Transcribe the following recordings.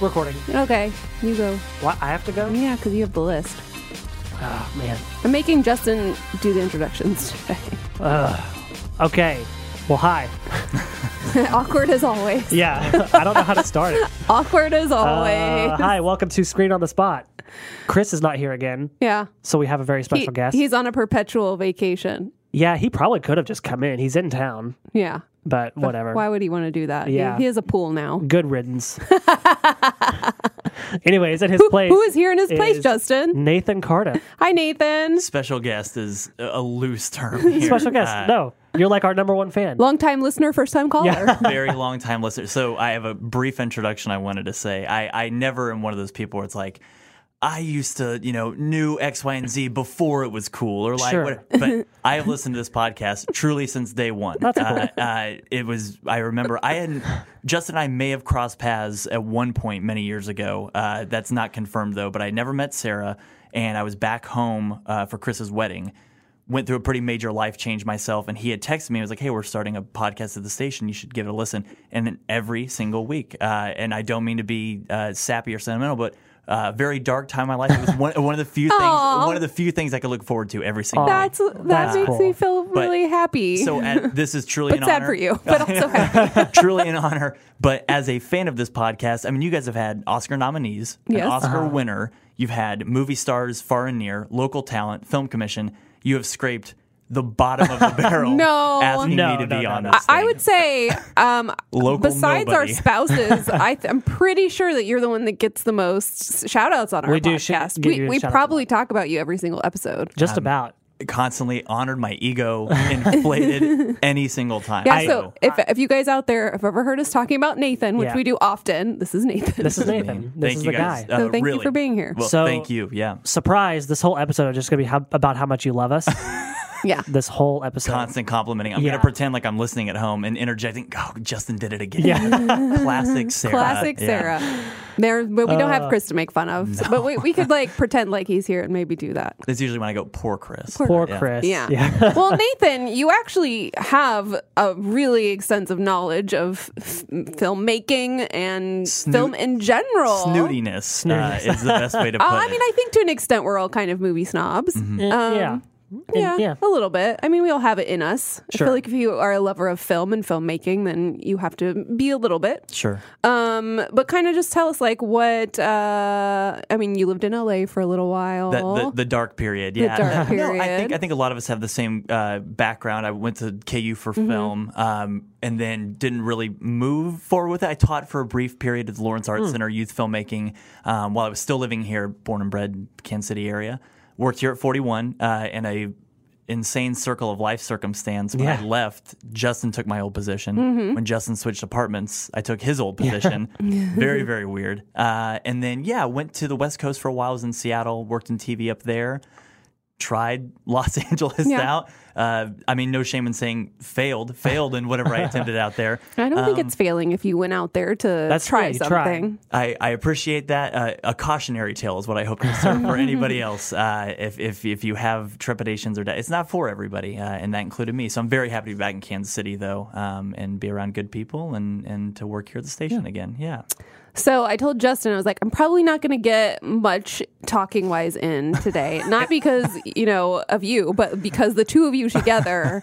recording. Okay, you go. What? I have to go? Yeah, because you have the list. Oh, man. I'm making Justin do the introductions today. Okay. Well, hi. Awkward as always. Yeah, I don't know how to start it. Awkward as always. Uh, hi, welcome to Screen on the Spot. Chris is not here again, yeah. so we have a very He- special guest. He's on a perpetual vacation. yeah, he probably could have just come in. He's in town, Yeah. but whatever. Why would he want to do that? He- Yeah. He, has a pool now. Good riddance. Anyways, at his place, Who is here in his place, is- Justin? Nathan Cardiff. Hi, Nathan. special guest is a a loose term. Here. Special guest. Uh, no, you're like our number one fan. Longtime listener, first time caller. very long time listener. So I have a brief introduction I wanted to say. I, I never am one of those people where it's like, I used to, you know, knew X, Y, and Z before it was cool, or like, Sure. what, but I have listened to this podcast truly since day one. uh, uh, it was, I remember, I hadn't, Justin and I may have crossed paths at one point many years ago. Uh, that's not confirmed though, but I never met Sarah, and I was back home uh, for Chris's wedding. Went through a pretty major life change myself, and he had texted me. He was like, "Hey, we're starting a podcast at the station. You should give it a listen." And then every single week, uh, and I don't mean to be uh, sappy or sentimental, but uh, very dark time in my life. It was one, one of the few things, Aw. one of the few things I could look forward to every single week. That's that That's makes cool. me feel really happy. So at, this is truly but an sad honor. for you, but also happy. truly an honor. But as a fan of this podcast, I mean, you guys have had Oscar nominees, Yes. an Oscar Uh-huh. winner. You've had movie stars far and near, local talent, film commission. You have scraped the bottom of the barrel. No. asking No, me to no, be no, on no. this. I thing. would say, um, Local besides our nobody. spouses, I th- I'm pretty sure that you're the one that gets the most shout outs on our We do sh- podcast. give we you a we shout-out. probably talk about you every single episode. just Um, about. constantly honored my ego, inflated any single time. Yeah, so if, if you guys out there have ever heard us talking about Nathan, which Yeah. we do often, this is Nathan. This is I Nathan. mean, This thank is you the guys. guy. Uh, So thank you really. for being here. Well, So- thank you. Yeah. Surprise! This whole episode is just gonna be how, about how much you love us. yeah. this whole episode. constant complimenting. I'm Yeah. gonna pretend like I'm listening at home and interjecting. Oh, Justin did it again. Yeah. classic Sarah. Classic Yeah. Sarah. There, but we don't Uh, have Chris to make fun of. so- But we, we could like pretend like he's here and maybe do that. That's usually when I go. Poor Chris. Poor Yeah. Chris. Yeah. well, Nathan, you actually have a really extensive knowledge of f- filmmaking and Snoot- film in general. Snootiness, Uh, is the best way to put Uh, I it. mean, I think to an extent we're all kind of movie snobs. Mm-hmm. Mm. yeah. Um, Yeah, And- yeah. a little bit. I mean, we all have it in us. I Sure. feel like if you are a lover of film and filmmaking, then you have to be a little bit. sure. Um, but kind of just tell us like what. Uh, I mean, you lived in LA for a little while. That, the, the dark period, yeah. dark No, I period. think I think a lot of us have the same uh, background. I went to KU for film, um, and then didn't really move forward with it. I taught for a brief period at the Lawrence Arts Center Youth Filmmaking um, while I was still living here, born and bred Kansas City area. Worked here at 41 uh, in a insane circle of life circumstance. When I Yeah. left, Justin took my old position. When Justin switched apartments, I took his old position. very, very weird. Uh, and then, yeah, went to the West Coast for a while. I was in Seattle, worked in TV up there, tried Los Angeles Yeah. out. Uh, I mean, no shame in saying failed, failed in whatever I attempted out there. I don't think it's failing if you went out there to That's try true, you try. something. I, I appreciate that. Uh, a cautionary tale is what I hope to serve for anybody else. Uh, if, if, if you have trepidations or doubt, it's not for everybody, uh, and that included me. So I'm very happy to be back in Kansas City, though, um, and be around good people and, and to work here at the station again. Yeah. So I told Justin, I was like, I'm probably not going to get much talking wise in today. not because, you know, of you, but because the two of you together.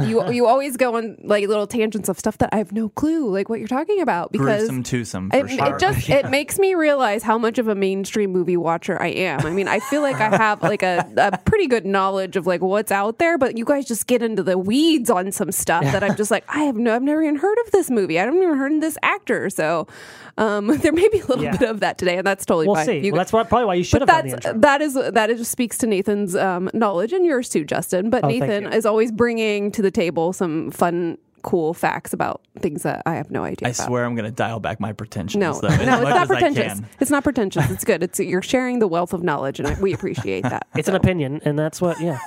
You, you always go on like little tangents of stuff that I have no clue like what you're talking about because Gruesome twosome, for it, sure. it just it makes me realize how much of a mainstream movie watcher I am. I mean, I feel like I have like a, a pretty good knowledge of like what's out there, but you guys just get into the weeds on some stuff that I'm just like, I have no, I've never even heard of this movie. I haven't even heard of this actor. So um, there may be a little Yeah. bit of that today, and that's totally We'll fine. see. You- Well, that's what, probably why you should have done the that's intro. that is that is speaks to Nathan's um, knowledge and yours too, Justin. But Oh, thank Nathan you. is always bringing to the table some fun, cool facts about things that I have no idea. I about. swear I'm going to dial back my pretensions. No, though, no, as it's much not as I pretentious. can. It's not pretentious. It's good. It's you're sharing the wealth of knowledge, and I, we appreciate that. It's an opinion, and that's what. Yeah,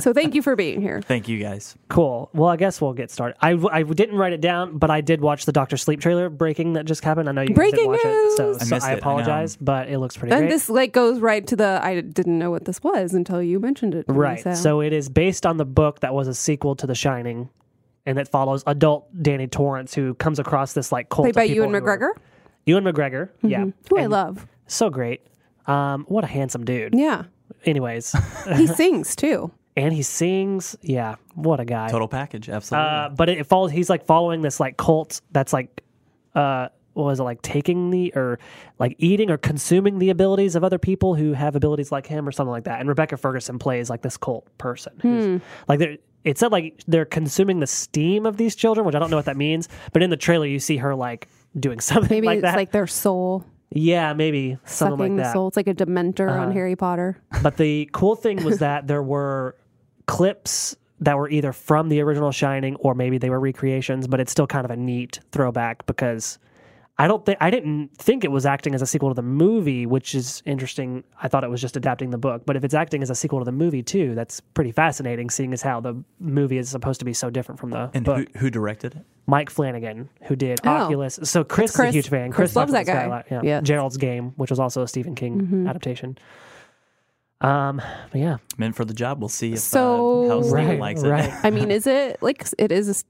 so thank you for being here. Thank you guys. cool. Well, I guess we'll get started. I, I didn't write it down, but I did watch the Doctor Sleep trailer breaking that just happened. I know you guys Breaking didn't watch news! it, so so I I, missed it, I know. apologize, but it looks pretty And great. this like goes right to the I didn't know what this was until you mentioned it. to me, right. so. So it is based on the book that was a sequel to The Shining, and it follows adult Danny Torrance who comes across this like cult played of by Ewan people who are- McGregor. Mm-hmm. Ewan McGregor, yeah, Who I And love. so great. Um, what a handsome dude. Yeah. Anyways, He sings too. and he sings. Yeah, what a guy. Total package, absolutely. Uh, but it, it follows. He's like following this like cult that's like, uh, what was it like taking the or like eating or consuming the abilities of other people who have abilities like him or something like that. And Rebecca Ferguson plays like this cult person Hmm. who's like they're. It said like they're consuming the steam of these children, which I don't know what that means. But in the trailer, you see her like doing something Maybe like it's that. like their soul yeah, maybe sucking something like the that. Uh-huh. soul. It's like a dementor on Harry Potter. But the cool thing was that there were clips that were either from the original Shining or maybe they were recreations, but it's still kind of a neat throwback because I don't think I didn't think it was acting as a sequel to the movie, which is interesting. I thought it was just adapting the book, but if it's acting as a sequel to the movie too, that's pretty fascinating seeing as how the movie is supposed to be so different from the and book. who, who directed it? Mike Flanagan, who did Oh. Oculus. So Chris, Chris. is a huge fan. Chris loves talks that about guy. Mm-hmm. a lot, Yeah. Yes. Gerald's Game, which was also a Stephen King adaptation. Um, but yeah, Meant for the job. We'll see if So- uh, how Stephen right, likes it. right. I mean, is it like it is? A, s-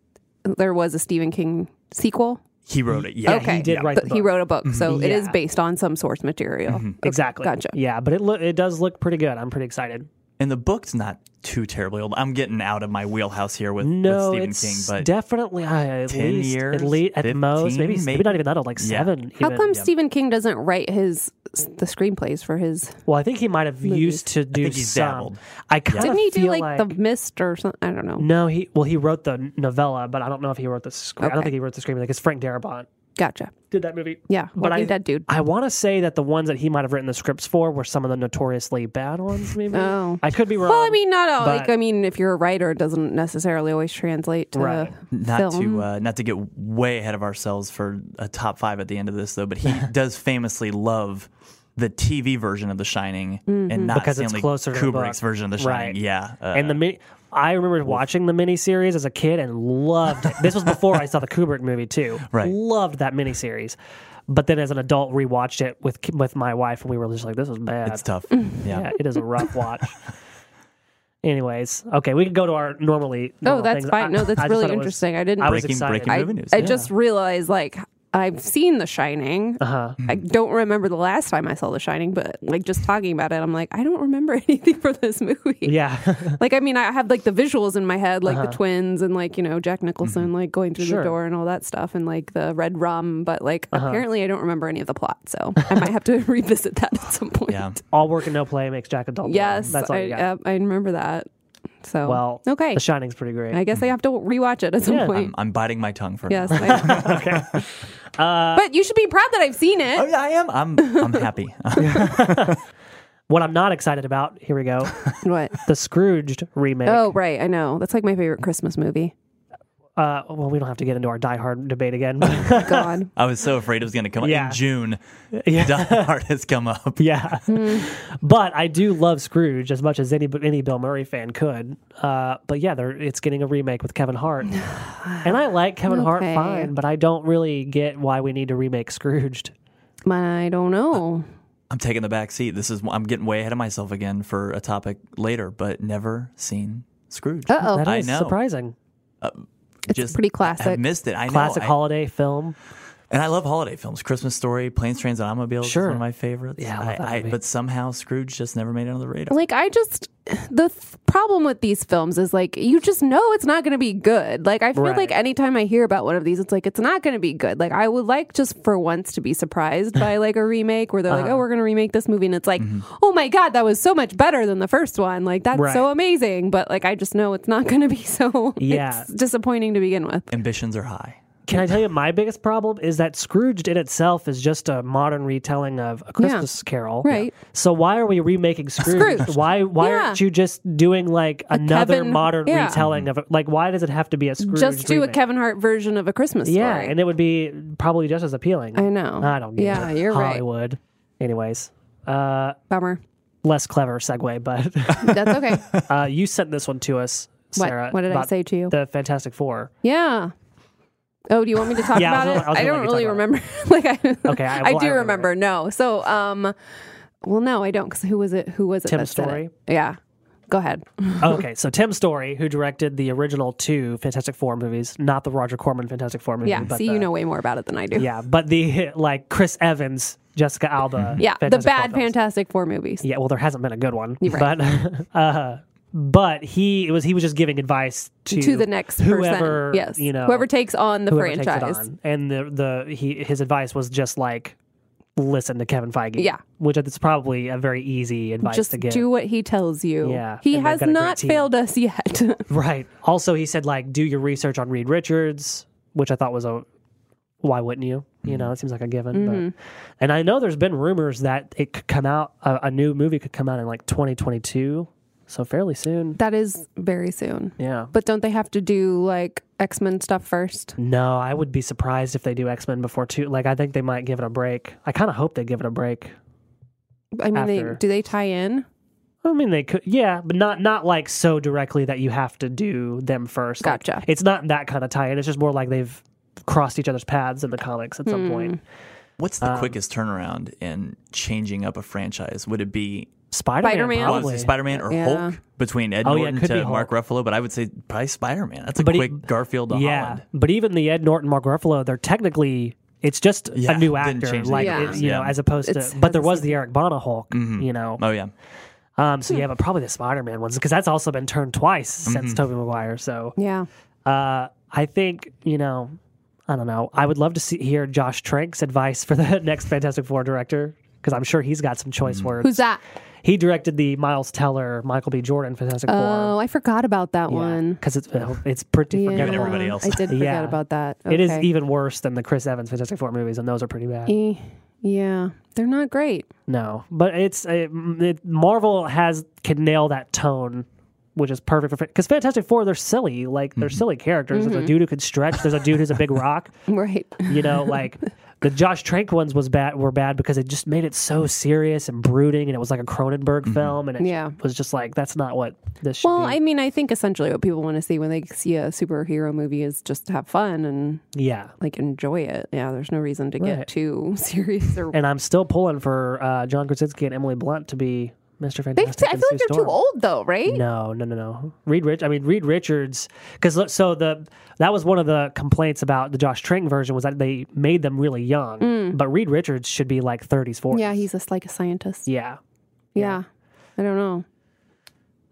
there was a Stephen King sequel. He wrote it. Yeah. Okay. He did write the But he book. Mm-hmm. wrote a book, so it is Yeah. Mm-hmm. based on some source material. Okay, exactly. Gotcha. Yeah, but it lo- it does look pretty good. I'm pretty excited. And the book's not too terribly old. I'm getting out of my wheelhouse here with, No, with Stephen it's King, but definitely uh, at 10 least years, at, least, at most, 15, maybe maybe maybe? not even that old, like Yeah. seven. How even. come Stephen King doesn't write his the screenplays for his? Well, I think he might have used to do think he some. dabbled. I kind of Didn't he do feel like, the Mist or something? I don't know. no. He well, he wrote the novella, but I don't know if he wrote the script. I don't Okay. think he wrote the screenplay because Frank Darabont Gotcha. did that movie. Yeah, But Walking I- Dead dude. I want to say that the ones that he might have written the scripts for were some of the notoriously bad ones. Maybe Oh. I could be wrong. Well, I mean, not all. like, but- I mean, if you're a writer, it doesn't necessarily always translate to Right. not film. to uh, not to get way ahead of ourselves for a top five at the end of this though. But he does famously love the TV version of The Shining Mm-hmm. and not Because it's Stanley closer to the Kubrick's book. version of The Shining. Right. Yeah, uh, and the mini, I remember watching the miniseries as a kid and loved it. This was before I saw the Kubrick movie too. Right. loved that miniseries. But then as an adult, rewatched it with ki- with my wife, and we were just like, "This was bad." it's tough. yeah. yeah, it is a rough watch. Anyways, okay, we can go to our normally. Oh, normal that's things. fine. I- No, that's I just really thought it was- interesting. I didn't. I was breaking excited. breaking I- movie news. I yeah. just realized like I've seen The Shining. uh-huh. I don't remember the last time I saw The Shining, but like just talking about it, I'm like, I don't remember anything from this movie. Yeah, Like, I mean, I have like the visuals in my head, like the twins and like, you know, Jack Nicholson, like going through Uh-huh. Mm-hmm. Sure. Uh-huh. the door and all that stuff and like the red rum. But like, apparently, I don't remember any of the plot. So I might have to revisit that at some point. Yeah. all work and no play makes Jack a dull. boy. Yes. that's all I, you got. yep, I remember that. So, Well, okay. The Shining's pretty great. I guess I have to rewatch it at some Yeah. point. I'm, I'm biting my tongue for yes. now. I- Uh, but you should be proud that I've seen it. Oh yeah, I am. I'm I'm happy. What I'm not excited about, here we go, What? the Scrooged remake. Oh, right. I know. That's like my favorite Christmas movie. Uh, well, we don't have to get into our Die Hard debate again. but- God. I was so afraid it was going to come Yeah. up in June. Yeah. Die Hard has come up. yeah, Hmm. but I do love Scrooge as much as any any Bill Murray fan could. Uh, but yeah, they're, it's getting a remake with Kevin Hart, and I like Kevin Hart Okay. fine, but I don't really get why we need to remake Scrooged. I don't know. I'm taking the back seat. This is I'm getting way ahead of myself again for a topic later, but never seen Scrooge. Uh oh. That I is know. surprising. It's pretty classic. I, I missed it. I know. Classic I- holiday film. and I love holiday films. Christmas Story, Planes, Trains, and Automobiles Sure. is one of my favorites. Yeah, I love that movie. but somehow Scrooge just never made it on the radar. Like I just the th- problem with these films is like you just know it's not going to be good. Like I feel Right. like anytime I hear about one of these, it's like it's not going to be good. Like I would like just for once to be surprised by like a remake where they're like, Uh-huh. oh, we're going to remake this movie, and it's like, Mm-hmm. oh my god, that was so much better than the first one. Like that's so Right. amazing. But like I just know it's not going to be so. Yeah. it's disappointing to begin with. Ambitions are high. Can I tell you my biggest problem is that Scrooged in itself is just a modern retelling of a Christmas Carol. Right. So why are we remaking Scrooge? Scrooged. Why why Yeah. aren't you just doing like another Kevin- modern yeah. retelling of it? Like why does it have to be a Scrooge? Just do a remake? Kevin Hart version of a Christmas Yeah, story. and it would be probably just as appealing. I know. I don't. Get Yeah, it. you're right. Hollywood. Anyways, uh, Bummer. less clever segue, but That's okay. uh, you sent this one to us, What- Sarah. what did I about say to you? The Fantastic Four. Yeah. Oh, do you want me to talk Yeah, I was about gonna- it? I was I, gonna don't let you really talk about remember. like I, Okay, I- I, well, I do remember remember. No, so um, well, no, I don't. Because who was it? Who was it? Tim that said Story? It? Yeah. Go ahead. okay, so Tim Story, who directed the original two Fantastic Four movies, not the Roger Corman Fantastic Four movie. Yeah. but See, the- you know way more about it than I do. Yeah, but the like Chris Evans, Jessica Alba. Yeah. the Fantastic Four bad films. Fantastic Four movies. Yeah, well, there hasn't been a good one, You're right. but uh, but he it was he was just giving advice to To the next whoever person. Yes. you know Whoever takes on the whoever takes it franchise. on. and the the he his advice was just like listen to Kevin Feige. Yeah. which it's probably a very easy advice Just to give. do what he tells you. Yeah, He and they've has got a great not team. failed us yet. Right. Also, he said like do your research on Reed Richards, which I thought was a why wouldn't you? You know, it seems like a given. Mm-hmm. But, and I know there's been rumors that it could come out a, a new movie could come out in like 2022, so fairly soon. that is very soon. Yeah. But don't they have to do like X Men stuff first? No, I would be surprised if they do X Men before two. Like, I think they might give it a break. I kind of hope they give it a break. I mean, they, After. do they tie in? I mean, they could, yeah, but not not like so directly that you have to do them first. Like, Gotcha. it's not that kind of tie-in. It's just more like they've crossed each other's paths in the comics at some Hmm. point. What's Uh, the quickest turnaround in changing up a franchise? Would it be Spider-Man, Spider-Man? well, probably. Spider Man or Yeah. Hulk between Ed Oh, yeah, it Norton could be to Mark Ruffalo? But I would say probably Spider Man. That's a But he- quick Garfield to yeah, Holland. but even the Ed Norton, Mark Ruffalo, they're technically it's just Yeah, a new didn't actor, change the like difference, it- you know, yeah. as opposed It's- to. But there was the Eric Bana Hulk, you know. Oh yeah, Um, so yeah, but probably the Spider-Man ones because that's also been turned twice since Mm-hmm. Tobey Maguire. So Yeah. uh, I think you know, I don't know. I would love to see hear Josh Trank's advice for the next Fantastic Four director because I'm sure he's got some choice words. Who's that? He directed the Miles Teller, Michael B. Jordan Fantastic Oh, I forgot about that Four one. because it's uh, it's pretty Yeah. forgettable. everybody else. I did forget Yeah. about that. It is Okay. even worse than the Chris Evans Fantastic Four movies, and those are pretty bad. Eh, Yeah. They're not great. No, but it's it, it, Marvel has can nail that tone, which is perfect for because Fantastic Four they're silly, like Mm-hmm. they're silly characters. Mm-hmm. There's a dude who can stretch. There's a dude who's a big rock. Right. You know, like the Josh Trank ones was bad were bad because it just made it so serious and brooding, and it was like a Cronenberg film, and it Yeah. was just like that's not what this should Well, be. I mean, I think essentially what people want to see when they see a superhero movie is just have fun and yeah. like enjoy it. Yeah, there's no reason to Right. get too serious or. And I'm still pulling for uh, John Krasinski and Emily Blunt to be Mr. They, I Fantastic. feel and like Sue they're Storm. too old though, right? No, no, no, no. Reed Rich. I mean, Reed Richards. Because so the that was one of the complaints about the Josh Trank version was that they made them really young, but Reed Richards should be like 30s, 40s. Mm. Yeah, he's just like a scientist. yeah. Yeah. I don't know.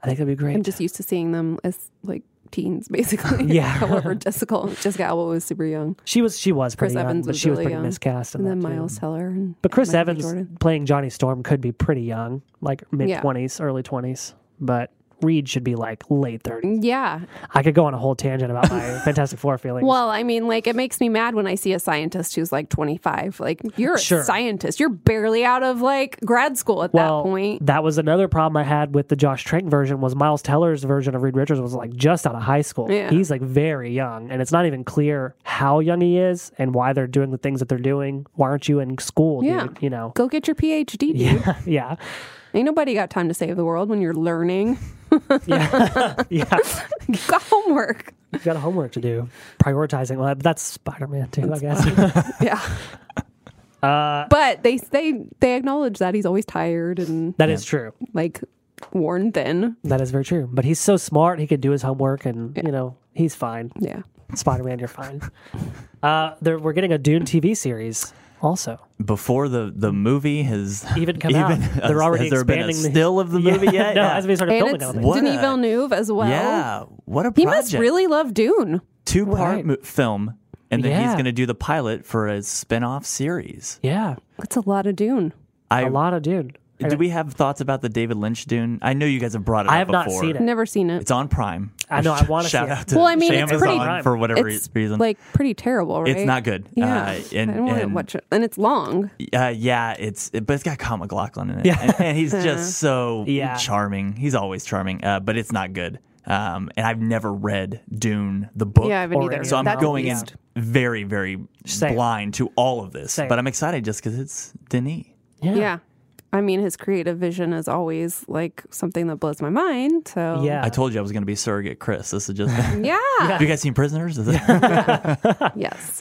I think that'd be I'm great. just used to seeing them as like teens, basically. Yeah. However, Jessica, Jessica Alba was super young. She was she was pretty Chris young, Evans but was she was really pretty young. miscast. in And then that, too. Miles Teller. And but Chris Michael B. Evans Jordan. playing Johnny Storm could be pretty young, like mid Yeah. 20s, early 20s, but. Reed should be like late 30s. Yeah. I could go on a whole tangent about my Fantastic Four feelings. Mm. Well, I mean, like, it makes me mad when I see a scientist who's like 25. Like, you're a Sure. scientist. You're barely out of like grad school at well, that point. that was another problem I had with the Josh Trank version was Miles Teller's version of Reed Richards was like just out of high school. Yeah. He's like very young, and it's not even clear how young he is and why they're doing the things that they're doing. Why aren't you in school? Yeah. dude? you know. Go get your PhD, dude. Yeah, yeah, Ain't nobody got time to save the world when you're learning. yeah, yeah. you got homework. You got homework to do. Prioritizing. Well, that's Spider Man too, I guess. Yeah. but they they they acknowledge that he's always tired and that is true. like worn thin. That is very true. But he's so smart; he can do his homework, and you know he's fine. Yeah. Spider Man, you're fine. Uh, there, we're getting a Dune TV series also. before the the movie has even come out. They're has- already has there been a expanding the- still of the movie yet? no, yeah. hasn't been started And it's filming. I don't think. What Denis a- Villeneuve as well. Yeah, what a project. He must really love Dune. two part Right. mo- film, and then he's Yeah. going to do the pilot for a spin off series. Yeah, That's a lot of Dune. I a lot of Dune. do we have thoughts about the David Lynch Dune? I know you guys have brought it. I up have not before. seen it. Never seen it. It's on Prime. I know, I wanna shout see it. out to Well, I mean, it's pretty- Amazon for whatever It's reason. like pretty terrible, right? it's not good. Yeah, uh, I and, don't want to and watch it, and it's long. Uh, yeah, it's it, but it's got Kyle MacLachlan in it, yeah. and, and he's just so Yeah. charming. He's always charming, uh, but it's not good. Um, and I've never read Dune the book. Yeah, I haven't either. So I'm That's a going in beast. very, very Same. blind to all of this, Same. but I'm excited just because it's Denis. Yeah. Yeah. I mean, his creative vision is always like something that blows my mind. So Yeah. I told you I was going to be surrogate Chris. This is just. Have yeah, you guys seen Prisoners? Is it- yes.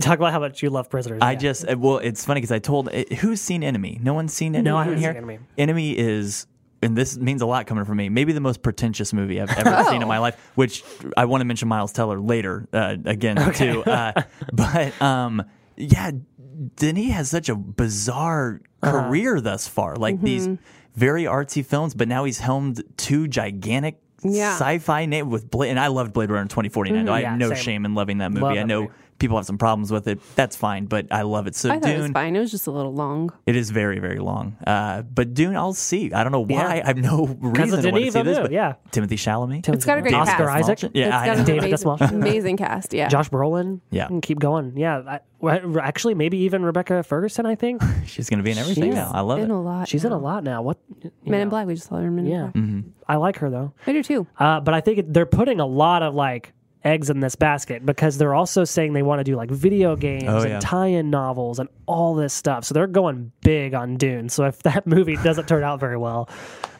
Talk about how much you love prisoners. I yeah. just uh, well, it's funny because I told uh, who's seen Enemy. No one's seen Enemy. I haven't in here. seen Enemy. Enemy is and this means a lot coming from me, maybe the most pretentious movie I've Oh. ever seen in my life, which I want to mention Miles Teller later uh, again, too. Uh, but um, yeah, Denny has such a bizarre Uh-huh. career thus far. Like Mm-hmm. these very artsy films, but now he's helmed two gigantic. Yeah. Sci-fi name with Blade, and I loved Blade Runner 2049. I Mm-hmm. Yeah, have no same. shame in loving that movie. Love I that know movie. people have some problems with it. That's fine, but I love it. So I thought it was Dune, fine. It was just a little long. it is very, very long. Uh, but Dune, I'll see. I don't know why. Yeah. I have no reason of to Denis want to see this. Villeneuve, But yeah. Timothy Chalamet. Timothy got a great Oscar cast. Isaac, Yeah, it's got I, an David amazing, Desmalch. amazing cast. Yeah, Josh Brolin, Yeah. and keep going. Yeah, I, actually, maybe even Rebecca Ferguson. I think she's going to be in everything She's now. I love in it. a lot. she's in a lot now. What? you Men in know. Black. We just saw her in Men Yeah, in Black. Mm-hmm. I like her though. I do too. Uh, but I think it- they're putting a lot of like eggs in this basket because they're also saying they want to do like video games Oh, yeah. and tie-in novels and all this stuff. So they're going big on Dune. So if that movie doesn't turn out very well,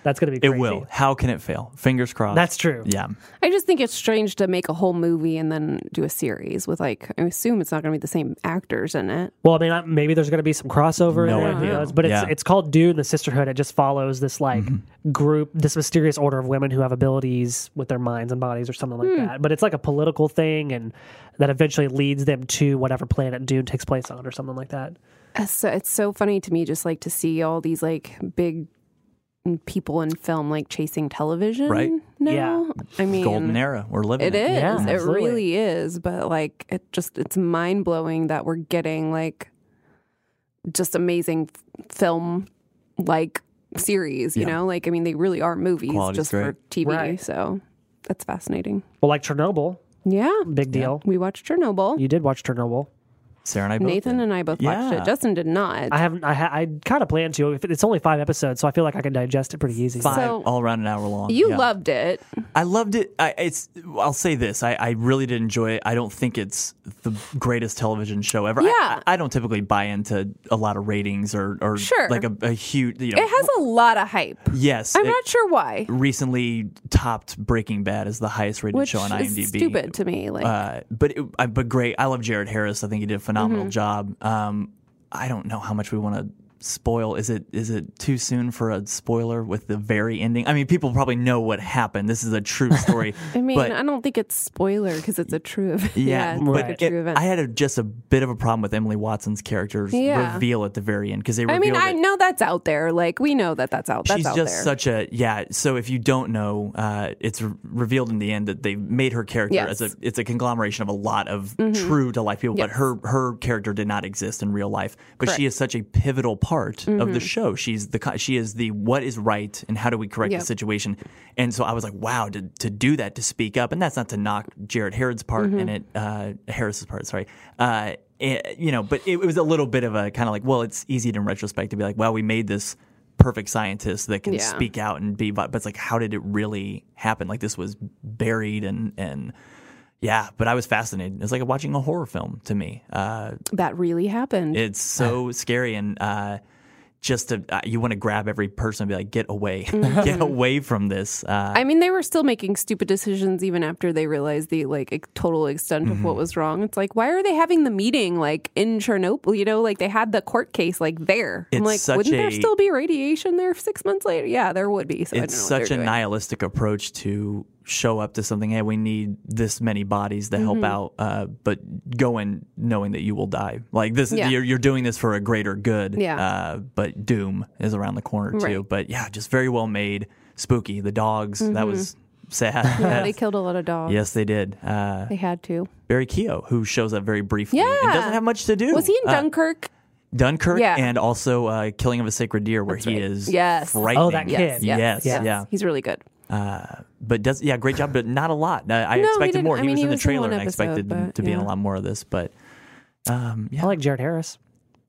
that's going to be It crazy. will. How can it fail? Fingers crossed. That's true. yeah. I just think it's strange to make a whole movie and then do a series with like I assume it's not going to be the same actors in it. Well, I mean, I- maybe there's going to be some crossover. No in there, who idea. knows? But it's Yeah. Mm-hmm. it's called Dune: The Sisterhood. It just follows this like group, this mysterious order of women who have abilities with their minds and bodies, or something like that. But it's like a political thing, and that eventually leads them to whatever planet Dune takes place on, or something like that. It's so, it's so funny to me just like to see all these like big people in film like chasing television. Right. Now, I mean, Golden era. We're living It in. is. Yeah, it absolutely. really is. But like, it just it's mind blowing that we're getting like just amazing film like series. You Yeah. know, like I mean, they really are movies Quality's just for great. TV. Right. So that's fascinating. Well, like Chernobyl, Yeah, big deal. we watched Chernobyl. You did watch Chernobyl. Sarah and I both. Nathan did. and I both watched Yeah. it. Justin did not. I haven't. I ha- I kind of plan to. If it- It's only five episodes, so I feel like I can digest it pretty easy. Five, So- all around an hour long. you Yeah. loved it. I loved it. I, it's. I'll say this. I, I really did enjoy it. I don't think it's the greatest television show ever. I- Yeah. I, I don't typically buy into a lot of ratings or, or Sure. like a, a huge. You know, It has a lot of hype. yes. I'm it not sure why, recently topped Breaking Bad as the highest rated which show on IMDb. is stupid to me. Like, Uh, but it, I- but great. I love Jared Harris. I think he did a Mm-hmm. phenomenal job. Um, I don't know how much we want to spoil. Is it is it too soon for a spoiler with the very ending? I mean, people probably know what happened. This is a true story. I mean, but- I don't think it's spoiler because it's a true event. yeah, it's but like a it- true event. I had a, just a bit of a problem with Emily Watson's character's Yeah. reveal at the very end because they I revealed mean, I it. know that's out there. Like we know that that's out. That's She's out just there. such a yeah. So if you don't know, uh, it's re- revealed in the end that they made her character Yes. Mm-hmm. as a it's a conglomeration of a lot of true to life people, but Yes. her her character did not exist in real life. But she Correct. Mm-hmm. is such a pivotal part of the show. She's the co- she is the what is right and how do we correct Yep. the situation. And so I was like, wow, to to do that to speak up, and that's not to knock Jared Harrod's part Mm-hmm. in it, uh, Harris's part, sorry. Uh, it- you know, but it, it was a little bit of a kind of like, well, it's easy in retrospect to be like, wow, we made this perfect scientist that can Yeah. speak out and be but but it's like how did it really happen like this was buried and and yeah but i was fascinated it's like watching a horror film to me uh that really happened. it's so scary and uh just to uh, you want to grab every person and be like get away get away from this uh I mean, they were still making stupid decisions even after they realized the like ex- total extent of Mm-hmm. what was wrong. It's like, why are they having the meeting like in Chernobyl? You know, like they had the court case like there. I'm It's like, such wouldn't there a- still be radiation there six months later? Yeah, there would be. So it's I don't know what such a they're doing. nihilistic approach to show up to something. Hey, we need this many bodies to Mm-hmm. help out, uh, but go in knowing that you will die. Like this, Yeah. you're, you're doing this for a greater good. Yeah. Uh, but doom is around the corner too. Right. But yeah, just very well made, spooky. The dogs that was sad. Mm-hmm. Yeah, they killed a lot of dogs. yes, they did. Uh, They had to. Barry Keogh, who shows up very briefly and Yeah. doesn't have much to do. Was he in Uh, Dunkirk? Dunkirk Yeah. and also uh, Killing of a Sacred Deer, where he right. is Yes. Oh, frightening. that kid. Yes, yes, yes, yeah. He's really good. but does yeah, great job, but not a lot. I, I No, he expected didn't. more. I He mean, was he in the was in trailer, one and I expected episode, but to be in a yeah. lot more of this. But um, I yeah, like Jared Harris.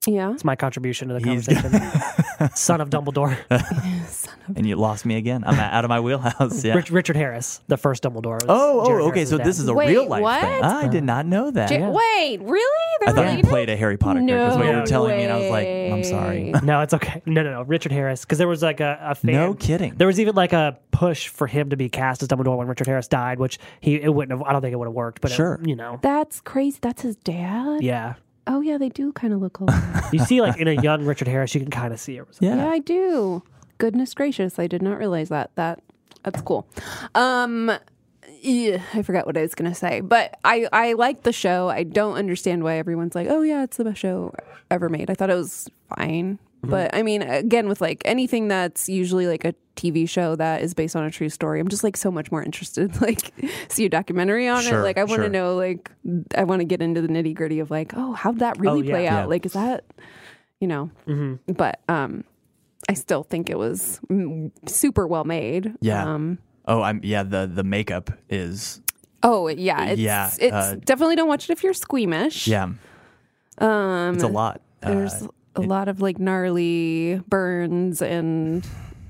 Yeah. It's my contribution to the He's- conversation. Son of Dumbledore, and you lost me again. I'm out of my wheelhouse. Yeah. Rich, Richard Harris, the first Dumbledore. was oh, Jared oh, okay. Harris's So dad. this is a Wait, real life thing. what? I did not know that. J- Wait, really? They're I thought he related? played a Harry Potter character. That's what you No were telling me, and I was like, I'm sorry. way. No, it's okay. No, no, no. Richard Harris, because there was like a, a fan. No kidding. There was even like a push for him to be cast as Dumbledore when Richard Harris died, which he it wouldn't have. I don't think it would have worked. But it- Sure. you know, That's crazy. That's his dad. yeah. Oh yeah, they do kind of look alike. You see, like in a young Richard Harris, you can kind of see it. Yeah. yeah, I do. Goodness gracious, I did not realize that. That that's cool. Um yeah, I forgot what I was gonna say, but I I like the show. I don't understand why everyone's like, oh yeah, it's the best show ever made. I thought it was fine, Mm-hmm. but I mean, again, with like anything that's usually like a TV show that is based on a true story, I'm just like so much more interested. Like, see a documentary on Sure, it. Like, I want to sure. know. Like, I want to get into the nitty gritty of like, oh, how'd that really yeah. play out? Yeah. Like, is that you know? But um, I still think it was mm, super well made. Yeah. Um, oh, I'm yeah. The the makeup is Oh yeah, it's, Yeah, It's uh, definitely don't watch it if you're squeamish. yeah. um, It's a lot. There's Uh, a lot of like gnarly burns and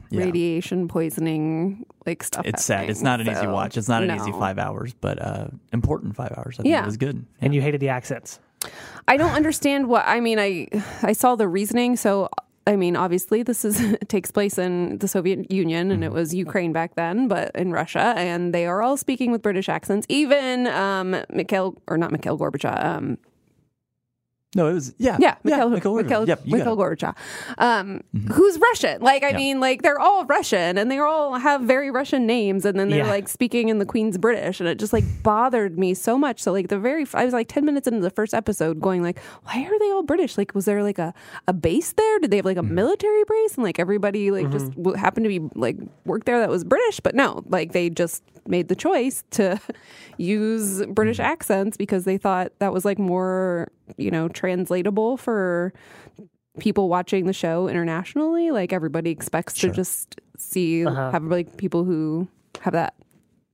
Yeah. radiation poisoning, like stuff. it's sad. It's not happening, an easy so, watch. It's not an easy no. five hours, but uh, important five hours. I think Yeah. it was good. And you hated the accents. I don't understand what I mean. I I saw the reasoning. So I mean, obviously, this is it takes place in the Soviet Union, and it was Mm-hmm. Ukraine back then, but in Russia, and they are all speaking with British accents. Even um, Mikhail or not Mikhail Gorbachev. Um, No, it was yeah, Yeah, Mikhail, Mikhail Gorbachev. Mikhail, Yep, you got Mikhail it. Gorbachev. Um, Who's Russian? Like, I Yeah. mean, like they're all Russian and they all have very Russian names, and then they're Yeah. like speaking in the Queen's British, and it just like bothered me so much. So like the very, I was like ten minutes into the first episode, going like, why are they all British? Like, was there like a a base there? Did they have like a military base? And like everybody like just w- happened to be like worked there that was British, but no, like they just made the choice to use British accents because they thought that was like more, you know, translatable for people watching the show internationally. Like everybody expects to just see have like people who have that,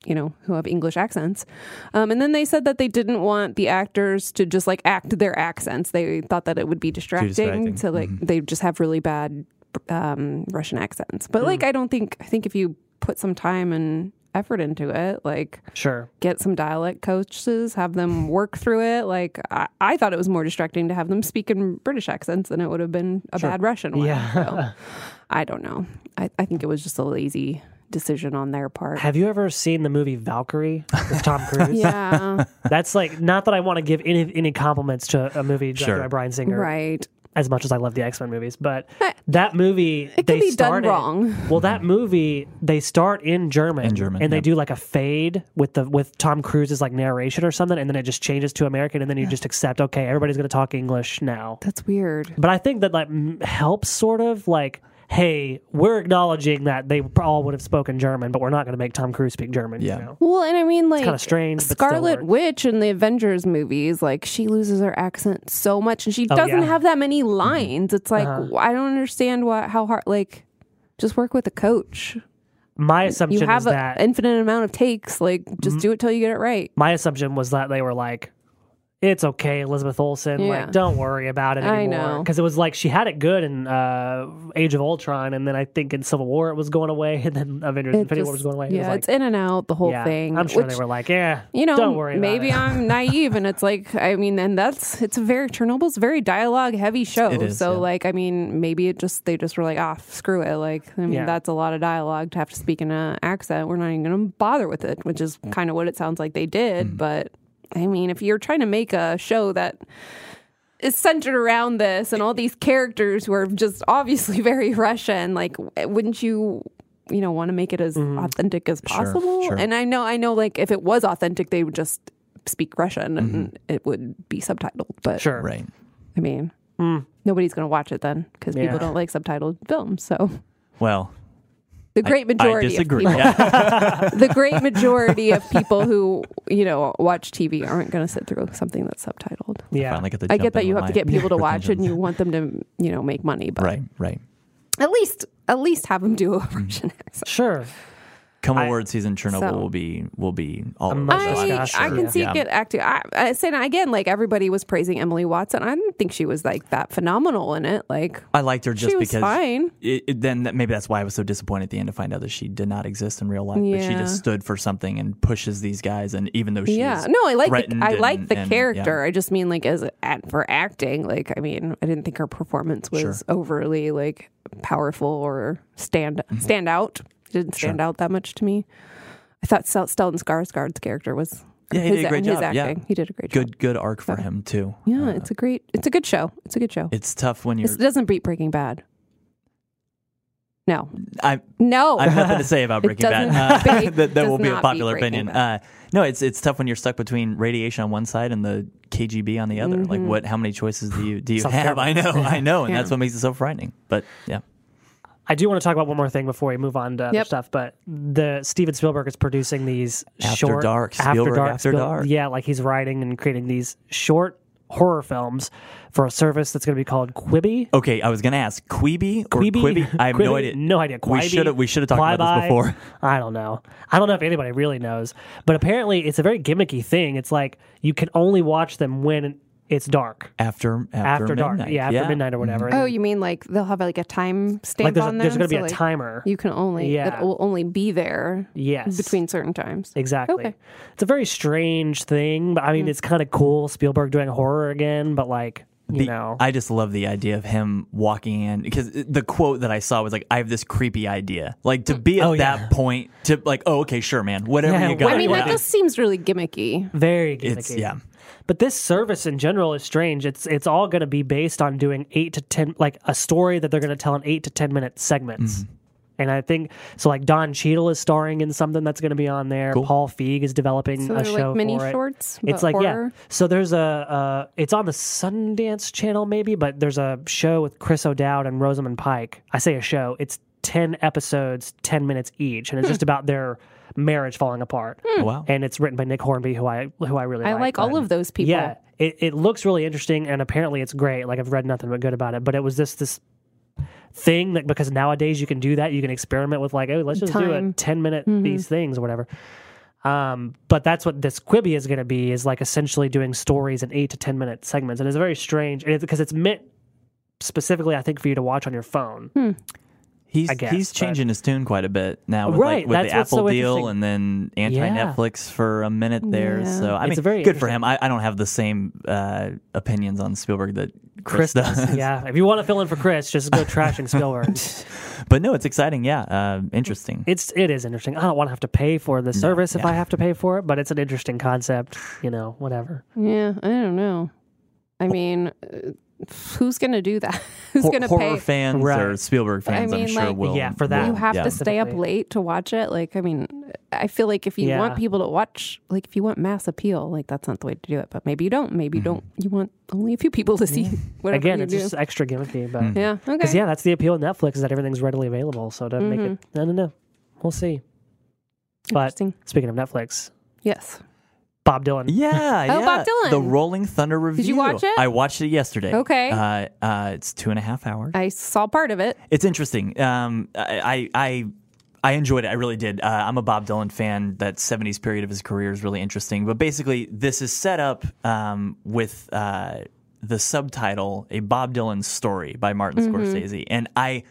you know, who have English accents. Um, and then they said that they didn't want the actors to just like act their accents. They thought that it would be distracting, distracting. to like they just have really bad um, Russian accents. But like I don't think I think if you put some time and effort into it, like Sure. get some dialect coaches, have them work through it. Like I, I thought it was more distracting to have them speak in British accents than it would have been a bad Russian one. Yeah. So, I don't know. I, I think it was just a lazy decision on their part. Have you ever seen the movie Valkyrie with Tom Cruise? Yeah, That's like not that I want to give any any compliments to a movie directed Sure. by Brian Singer right. as much as I love the X Men movies, but that movie it can they be done started, wrong. Well, that movie they start in German, In German, and they yeah. do like a fade with the with Tom Cruise's like narration or something, and then it just changes to American, and then you just accept okay, everybody's going to talk English now. That's weird. But I think that like m- helps sort of like. Hey, we're acknowledging that they all would have spoken German, but we're not going to make Tom Cruise speak German. Yeah. You know? Well, and I mean, like, kinda strange, but still Scarlet works. Witch in the Avengers movies, like, she loses her accent so much, and she doesn't Oh, yeah. Uh-huh. have that many lines. It's like, I don't understand what how hard. Like, just work with a coach. My assumption You have is an that Mm-hmm. infinite amount of takes. Like, just do it till you get it right. my assumption was that they were like, "It's okay, Elizabeth Olsen. Yeah. Like, don't worry about it I anymore." know. Because it was like she had it good in uh, Age of Ultron, and then I think in Civil War it was going away, and then Avengers: It Infinity War was just- going away. It Yeah, was like, it's in and out the whole yeah, thing. I'm sure which, they were like, "Yeah, You know, don't worry. maybe about I'm naive, and it's like, I mean, and that's it's a very Chernobyl's a very dialogue heavy show. It is, so, yeah. like, I mean, maybe it just they just were like, ah, screw it. Like, I mean, Yeah. that's a lot of dialogue to have to speak in an accent. We're not even going to bother with it, which is Mm. kind of what it sounds like they did. But I mean, if you're trying to make a show that is centered around this and all these characters who are just obviously very Russian. Like, w- wouldn't you, you know, want to make it as authentic as possible? Mm-hmm. sure. And I know, I know, like if it was authentic, they would just speak Russian and Mm-hmm. it would be subtitled. But sure, Right. I mean, nobody's going to watch it then because Yeah. people don't like subtitled films. So Well, the great majority, I disagree. Of Yeah. people, the great majority of people who you know watch TV aren't going to sit through something that's subtitled. Yeah, Finally get to I jump get that in you with have to my get people to watch it and pretensions. you want them to, you know, make money, but Right. Right. at least at least have them do a Russian Mm-hmm. accent. sure. Come award season, Chernobyl So- will be will be all over much the less place. I, gosh, I can yeah. see it get acting. I, I say now again, like everybody was praising Emily Watson. I didn't think she was like that phenomenal in it. Like I liked her just was because fine. It, it- then that, maybe that's why I was so disappointed at the end to find out that she did not exist in real life, but she Yeah. just stood for something and pushes these guys. And even though she's yeah, no, I like the, threatened I like and- the and- yeah. character. I just mean like as at, for acting. Like I mean, I didn't think her performance was overly like powerful or stand Mm-hmm. stand out. It didn't stand out that much to me. I thought Stel- Stellan Skarsgård's character was Yeah, he his, did a great his job. Yeah. acting. He did a great job. good good arc for him too. Yeah, it's a great, it's a good show. It's a good show. It's tough when you're It doesn't beat Breaking Bad. No. I No. I have nothing to say about Breaking doesn't Bad. beat- Uh, that that does will be a not beat popular Breaking opinion. Uh, Bad. no, it's it's tough when you're stuck between radiation on one side and the KGB on the other. Like, Mm-hmm. what? How many choices do you do you have? I know, I know, and that's what makes it so frightening. But yeah, I do want to talk about one more thing before we move on to other Yep. stuff, but the Steven Spielberg is producing these After short Dark, Spielberg After Dark. Yeah, like he's writing and creating these short horror films for a service that's going to be called Quibi. okay. I was gonna ask Quibi or Quibi? Quibi. I have no Quibi? idea. No idea. We Quibi? should we should have talked about Quibi? this before. I don't know. I don't know if anybody really knows, but apparently it's a very gimmicky thing. It's like you can only watch them when it's dark, After after, after, dark, midnight. yeah, after midnight or whatever. And Oh, then- you mean like they'll have like a time stamp like there's, on there? there's going to be So, a like, timer. You can only Yeah. it will only be there yes, between certain times. Exactly. Okay. Mm. It's a very strange thing, but I mean, it's kind of cool. Spielberg doing horror again, but like, you The- know, I just love the idea of him walking in because the quote that I saw was like, "I have this creepy idea." Like to be at Oh, yeah. that point, to like, "Oh, okay, sure, man, whatever Yeah, you got." I mean, yeah. that just seems really gimmicky. very gimmicky. it's yeah. But this service in general is strange. It's it's all going to be based on doing eight to ten, like a story that they're going to tell in eight to ten minute segments. Mm-hmm. And I think so. Like Don Cheadle is starring in something that's going to be on there. Paul Feig is developing So a they're show like mini for it. shorts, It's but like horror? yeah. So there's a uh, it's on the Sundance Channel maybe, but there's a show with Chris O'Dowd and Rosamund Pike. I say a show. It's ten episodes, ten minutes each, and it's Hmm. just about their marriage falling apart. Wow. And it's written by Nick Hornby, who I who I really I like all of those people. yeah, it, it looks really interesting, and apparently it's great. Like I've read nothing but good about it. But it was this this thing that because nowadays you can do that, you can experiment with like, oh, let's just do a Time. Mm-hmm. ten minute these things or whatever. Um, but that's what this Quibi is going to be is like essentially doing stories in eight to ten minute segments, and it's very strange and it's because it's meant specifically, I think, for you to watch on your phone. Hmm. He's I guess, he's but- changing his tune quite a bit now, with, Right, Like, that's with the what's Apple so deal interesting. and then anti Netflix for a minute there. Yeah. So I It's mean, very good for him. I, I don't have the same uh, opinions on Spielberg that Chris, does, yeah. If you want to fill in for Chris, just go trashing Spielberg. but no, it's exciting. Yeah, uh, interesting. it's it is interesting. I don't want to have to pay for the service if I have to pay for it, but it's an interesting concept. You know, whatever. Yeah, I don't know. I mean, uh, who's going to do that? who's Hor- going to horror pay? fans Right. or Spielberg I fans, I am mean, sure like- will. Yeah, for that. you will- have Um, yeah. to stay up Specifically. late to watch it. Like, I mean, I feel like if you Yeah. want people to watch, like, if you want mass appeal, like, that's not the way to do it. But maybe you don't. Maybe Mm-hmm. you don't. You want only a few people to see whatever Again, you it's do. uh, just extra gimmicky, but yeah. because Okay. yeah, that's the appeal of Netflix is that everything's readily available. So to make it, I don't know, we'll see. Mm-hmm. But Interesting. speaking of Netflix, Yes. Bob Dylan. Yeah, Oh, yeah. Bob Dylan. The Rolling Thunder review. you watch it? I watched it yesterday. Okay. Uh, uh, it's two and a half hours. I saw part of it. It's interesting. Um, I, I, I enjoyed it. I really did. Uh, I'm a Bob Dylan fan. That 70s period of his career is really interesting. But basically, this is set up um, with uh, the subtitle "A Bob Dylan Story" by Martin Mm-hmm. Scorsese, and I.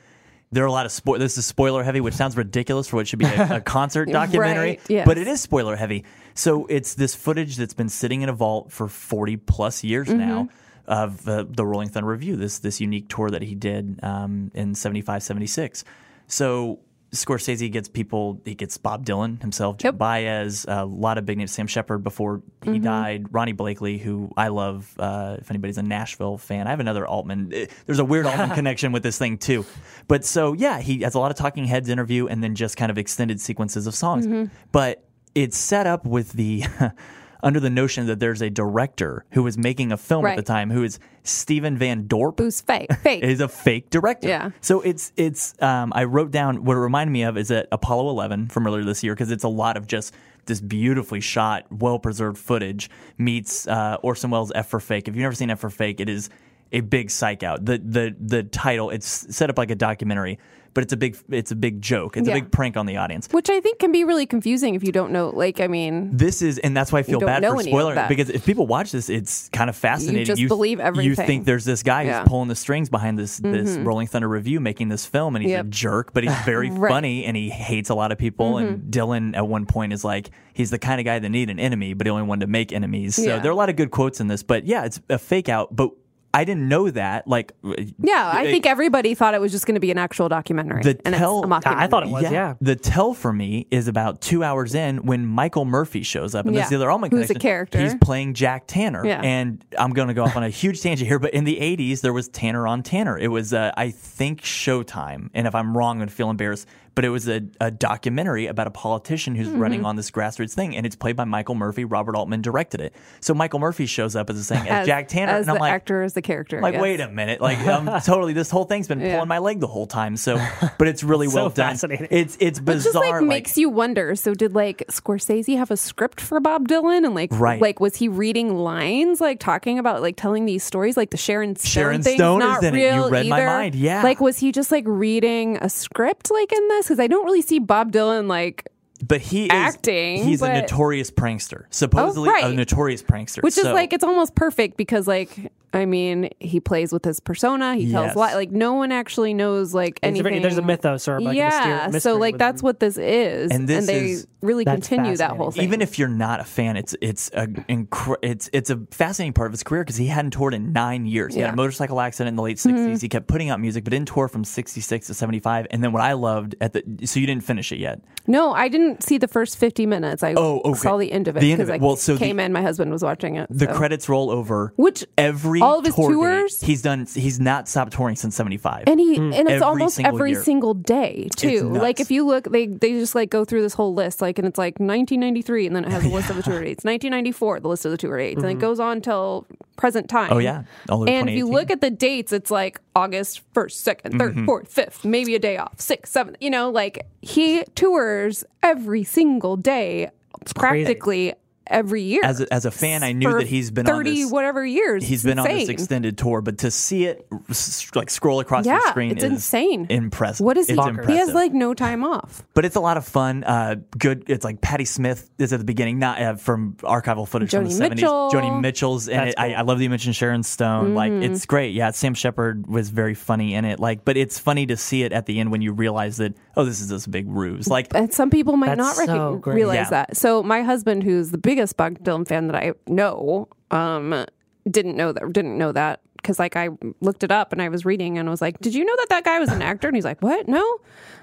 There are a lot of spoil. This is spoiler heavy, which sounds ridiculous for what should be a, a concert documentary, Right, yes. but it is spoiler heavy. So it's this footage that's been sitting in a vault for 40 plus years now of uh, the Rolling Thunder Review, this this unique tour that he did um, in 75, 76. So Scorsese gets people, he gets Bob Dylan himself, Jim Yep. Baez, a lot of big names, Sam Shepard before he died, Ronnie Blakely, who I love. Uh, if anybody's a Nashville fan, I have another Altman. Eh, There's a weird Altman connection with this thing too. But so yeah, he has a lot of talking heads interview and then just kind of extended sequences of songs. But it's set up with the under the notion that there's a director who was making a film at Right. the time who is Stephen Van Dorp Who's fake? Fake. is a fake director. Yeah. So it's it's um, I wrote down what it reminded me of is that Apollo 11 from earlier this year because it's a lot of just this beautifully shot, well preserved footage meets uh, Orson Welles' F for Fake. If you've never seen F for Fake, it is a big psych out. The the the title it's set up like a documentary, but it's a big it's a big joke. It's Yeah. a big prank on the audience. Which I think can be really confusing if you don't know. Like, I mean, This is, and that's why I feel Mm-hmm. don't bad know for any of spoiling that. because if people watch this, it's kind of fascinating. just th- believe You everything. think there's this guy Yeah. Mm-hmm. who's pulling the strings behind this this Rolling Thunder review, making this film, and he's a Yep. jerk, but he's very Right. Mm-hmm. funny and he hates a lot of people. And Dylan at one point is like, he's the kind of guy that need an enemy, but he only wanted to make enemies. So Yeah. there are a lot of good quotes in this, but yeah, it's a fake out, but. I didn't know that. Like, uh, Yeah, I think everybody thought it was just going to be an actual documentary. The and tell- it's a I- I thought it was, yeah. The tell for me is about two hours in when Michael Murphy shows up, and that's the Yeah. other Allman Who's a connection. character. Oh He's playing Jack Tanner, Yeah. and I'm going to go off on a huge tangent here. But in the '80s, there was Tanner on Tanner. It was, uh, I think, Showtime, and if I'm wrong, I'm going to feel embarrassed. But it was a, a documentary about a politician who's Mm-hmm. running on this grassroots thing, and it's played by Michael Murphy. Robert Altman directed it, so Michael Murphy shows up as a saying as, as, Jack Tanner, as and I'm the like, actor as the character. like yes. wait a minute like i'm totally this whole thing's been Yeah. pulling my leg the whole time so but it's really So well done fascinating. it's it's It just bizarre like makes you wonder. So did like Scorsese have a script for Bob Dylan and like Right. like was he reading lines like talking about like telling these stories like the Sharon Stone Sharon thing's Stone not is in it. You real read my either. mind. Yeah. like was he just like reading a script like in this because I don't really see Bob Dylan like but he is, acting, he's a but- notorious prankster supposedly a right. notorious prankster which So- is like it's almost perfect because like I mean he plays with his persona he Yes. tells li- like no one actually knows like There's a- anything there's a mythos or like a myster- yeah mystery so like with that's him. what this is And this they is- really That's continue that whole thing even if you're not a fan, it's it's a incre- it's it's a fascinating part of his career because he hadn't toured in nine years. He had Yeah. Mm-hmm. a motorcycle accident in the late '60s. He kept putting out music, but didn't tour from '66 to '75. And then what I loved at the so you didn't finish it yet. No, I didn't see the first 50 minutes. I Oh, okay. saw the end of it The end of because I it. Well, so the- came in. My husband was watching it. The so. credits roll over. Which every all of his tour date, tours? he's done. He's not stopped touring since '75. and he and it's Hmm. Every almost single every year. single day It's too. nuts. Like if you look, they they just like go through this whole list, like and it's like 1993, and then it has a list of the tour dates. 1994, the list of the tour dates, and it goes on till present time. Mm-hmm. Oh, yeah. All the way to and if you 2018. look at the dates, it's like August 1st, 2nd, 3rd, Mm-hmm. 4th, 5th, maybe a day off, 6th, 7th. You know, like he tours every single day, practically every year. as a, as a fan, I knew for that he's been on 30 this. whatever years. He's been on this Insane. extended tour, but to see it s- like scroll across Yeah, your screen it's is insane. Impressive. What is it's he? Impressive. He has like no time off. but it's a lot of fun. Uh, good. It's like Patti Smith is at the beginning, not uh, from archival footage from Joni the seventies. Mitchell. Joni Mitchell's and That's it, I, I love that you mentioned Sharon Stone. Like Mm-hmm. it's great. Yeah, Sam Shepard was very funny in it. Like, but it's funny to see it at the end when you realize that oh, this is this big ruse. Like And some people might That's not recog- so great. realize Yeah. that. So my husband, who's the biggest Bob Dylan fan that I know, um, didn't know that. Didn't know that because like I looked it up and I was reading and I was like, "Did you know that that guy was an actor?" And he's like, "What? No."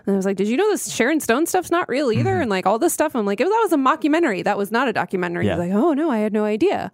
And I was like, "Did you know this Sharon Stone stuff's not real either?" Mm-hmm. And like all this stuff, I'm like, "It was that was a mockumentary. That was not a documentary." Yeah. He's like, "Oh no, I had no idea."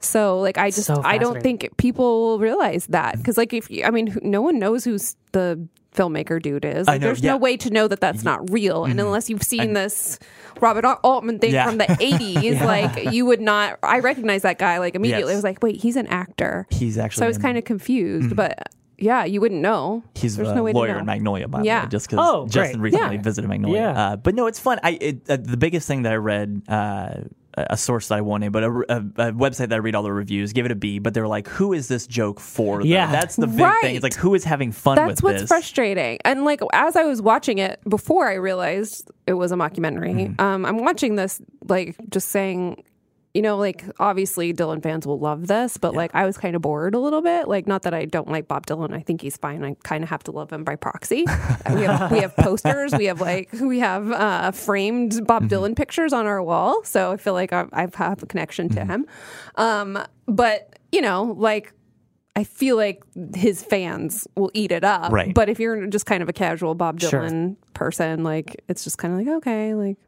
So like I just So I don't fascinating. think people realize that because like if you, I mean who- no one knows who's the filmmaker dude is. Like, know, there's yeah. no way to know that that's not real, and unless you've seen this Robert Al- Altman thing Mm-hmm. Yeah. from the '80s, like you would not. I recognize that guy like immediately. Yes. I was like, wait, he's an actor. he's actually so I was in- kind of confused, but yeah, you wouldn't know. He's there's a no way to lawyer know. in Magnolia, by Yeah. the way, just because Oh, great. Justin recently Yeah. visited Magnolia. Yeah. Uh, but no, it's fun. I it, uh, The biggest thing that I read, uh, a a source that I won't name, but a, a, a website that I read all the reviews, gave it a B, but they were like, who is this joke for? though? Yeah. That's the big thing. Right. It's like, who is having fun That's with what's this? frustrating. And like as I was watching it before I realized it was a mockumentary, Mm-hmm. um, I'm watching this like just saying, you know, like obviously Dylan fans will love this, but like I was kind of bored a little bit. Like not that I don't like Bob Dylan, I think he's fine. I kind of have to love him by proxy. we have we have posters, we have like we have uh, framed Bob Mm-hmm. Dylan pictures on our wall, so I feel like I, I have a connection Mm-hmm. to him. Um, but you know, like I feel like his fans will eat it up. Right. But if you're just kind of a casual Bob Sure. Dylan person, like it's just kind of like okay, like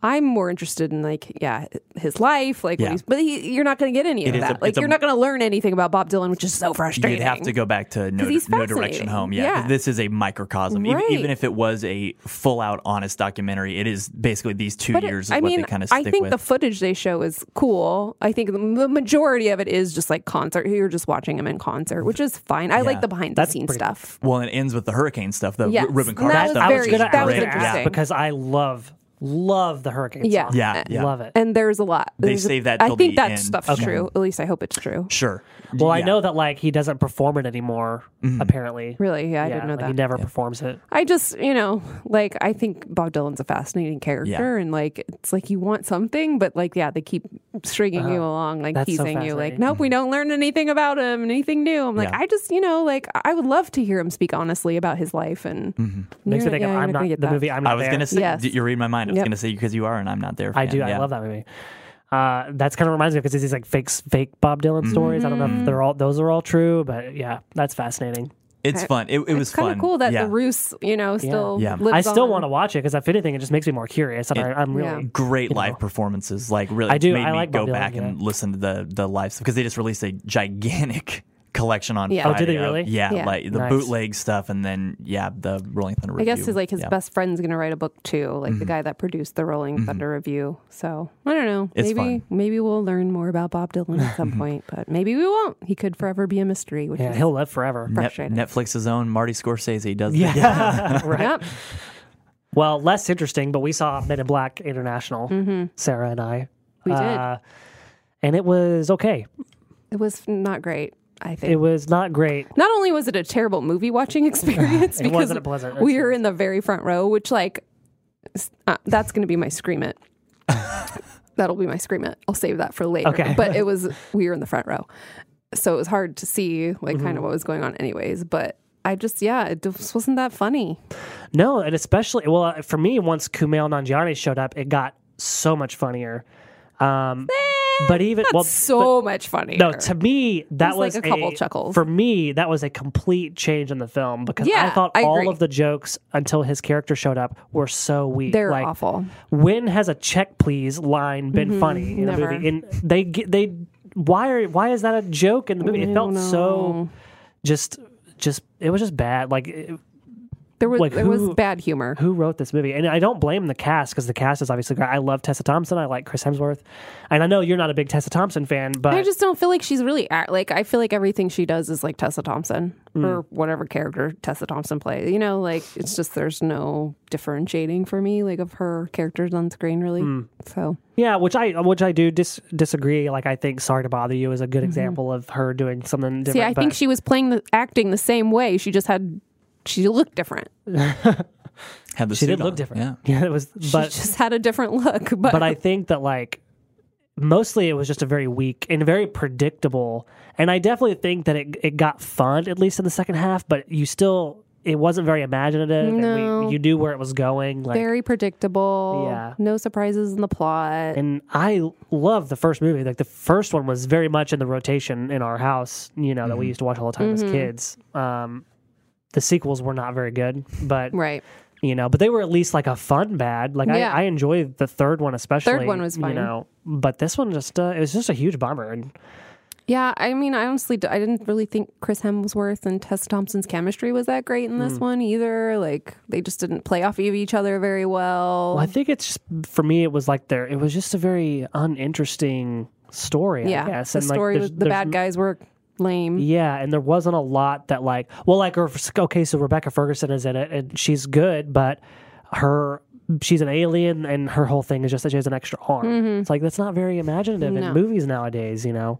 I'm more interested in like yeah his life, like Yeah. what he's, but he, you're not going to get any of is a- that. it's like a- you're not going to learn anything about Bob Dylan, which is so frustrating. You'd have to go back to no, he's no direction fascinating. home. Yeah, Yeah. this is a microcosm. Even, Right. even if it was a full-out, honest documentary, it is basically these two But it- years. Is I what mean, they kind of I stick think with. the footage they show is cool. I think the m- majority of it is just like concert. You're just watching him in concert, which is fine. I like the behind the That's scenes pretty- stuff. well, and it ends with the hurricane stuff, the Yes. r- ribbon And that card was stuff. I was very- gonna, I that was was gonna ask interesting. because I love love the hurricane. Yeah. song. Yeah, yeah. love it. And there's a lot. They There's a- save that I till think the that end. stuff's true. At least I hope it's true. Sure. Well, I Yeah. know that like he doesn't perform it anymore. Apparently, Really? Yeah, I didn't know like, that. He never performs it. I just, you know, like I think Bob Dylan's a fascinating character, Yeah. and like it's like you want something, but like yeah, they keep stringing you along, like Uh-huh. That's so teasing you, like fascinating. nope, we don't learn anything about him, anything new. I'm like, Yeah. I just, you know, like I would love to hear him speak honestly about his life, and Mm-hmm. Makes me you're- think yeah, of you're I'm gonna not the get that. movie. I'm not I was there. going to say, Yes. d- you read my mind. I was Yep. going to say because you are, and I'm not there. I fan. do. Yeah. I love that movie. Uh, that's kind of reminds me because it's these like fake fake Bob Dylan Mm-hmm. stories. I don't know if they're all those are all true, but yeah, that's fascinating. It's fun. It, it was It's kind fun. of cool that yeah. the Roos, you know, still Yeah. lives I still on. want to watch it because if anything, it just makes me more curious. And I, I'm really Yeah. great live performances. Like really, I do. Made I me like go Bob Dylan, back and listen to the the live stuff because they just released a gigantic collection on Yeah. Oh, did they Friday of- really? yeah, Yeah. like the Nice. bootleg stuff and then yeah the Rolling Thunder I review. guess his like his Yeah. best friend's gonna write a book too, like Mm-hmm. the guy that produced the Rolling Thunder review. So I don't know. It's maybe fun. maybe we'll learn more about Bob Dylan at some point, but maybe we won't. He could forever be a mystery, which yeah, is he'll live forever. Net- frustrating. Netflix's own Marty Scorsese does Yeah, that. right. Yep. Well, less interesting, but we saw Men in Black International. Sarah and I. We Mm-hmm. did. Uh, and it was okay. It was not great, I think. It was not great. not only was it a terrible movie watching experience It because wasn't a pleasant we were in the very front row, which like s- uh, that's going to be my scream it. That'll be my scream it. I'll save that for later. Okay. But it was we were in the front row, so it was hard to see like kind Mm-hmm. of what was going on, anyways. But I just yeah, it just wasn't that funny. No, and especially well uh, for me, once Kumail Nanjiani showed up, it got so much funnier. Um, but even well, so much funny. No, to me that was was, like a couple chuckles. For me, that was a complete change in the film because I Yeah, thought I all agree. of the jokes until his character showed up were so weak. they're like, awful. Mm-hmm. When has a check please line been funny in never. a movie? And they get- they why are why is that a joke in the movie? It felt so just just it was just bad. Like it- There was like, there who- was bad humor. who wrote this movie? And I don't blame the cast because the cast is obviously great. I love Tessa Thompson. I like Chris Hemsworth, and I know you're not a big Tessa Thompson fan, but I just don't feel like she's really act, like I feel like everything she does is like Tessa Thompson Mm. or whatever character Tessa Thompson plays. You know, like it's just there's no differentiating for me like of her characters on screen really. Mm. So Yeah, which I which I do dis- disagree. Like I think "Sorry to Bother You" is a good example of her doing something different. Mm-hmm. see, I think but- she was playing the acting the same way. She just had she looked different. Had the she suit did look on. different. Yeah. Yeah, it was. But she just had a different look. But, but I think that like mostly it was just a very weak and very predictable. And I definitely think that it it got fun at least in the second half, but you still it wasn't very imaginative. And No. we, you knew where it was going. Like very predictable. Yeah. No surprises in the plot. and I love the first movie. Like the first one was very much in the rotation in our house, you know, that Mm-hmm. we used to watch all the time as kids. Um, the sequels were not very good, but right. you know, but they were at least like a fun bad. Like Yeah. I, I enjoyed the third one especially. one was You funny. know, but this one just uh, it was just a huge bummer. And Yeah, I mean, I honestly, d- I didn't really think Chris Hemsworth and Tess Thompson's chemistry was that great in this Hmm. one either. Like, they just didn't play off of each other very well. well, I think it's just for me, it was like there. It was just a very uninteresting story. yeah, I guess. the and story like, was there's- the there's bad guys were lame. Yeah, and there wasn't a lot that like well like or okay, so Rebecca Ferguson is in it and she's good, but her she's an alien and her whole thing is just that she has an extra arm. It's like that's not very imaginative No. in movies nowadays, you know.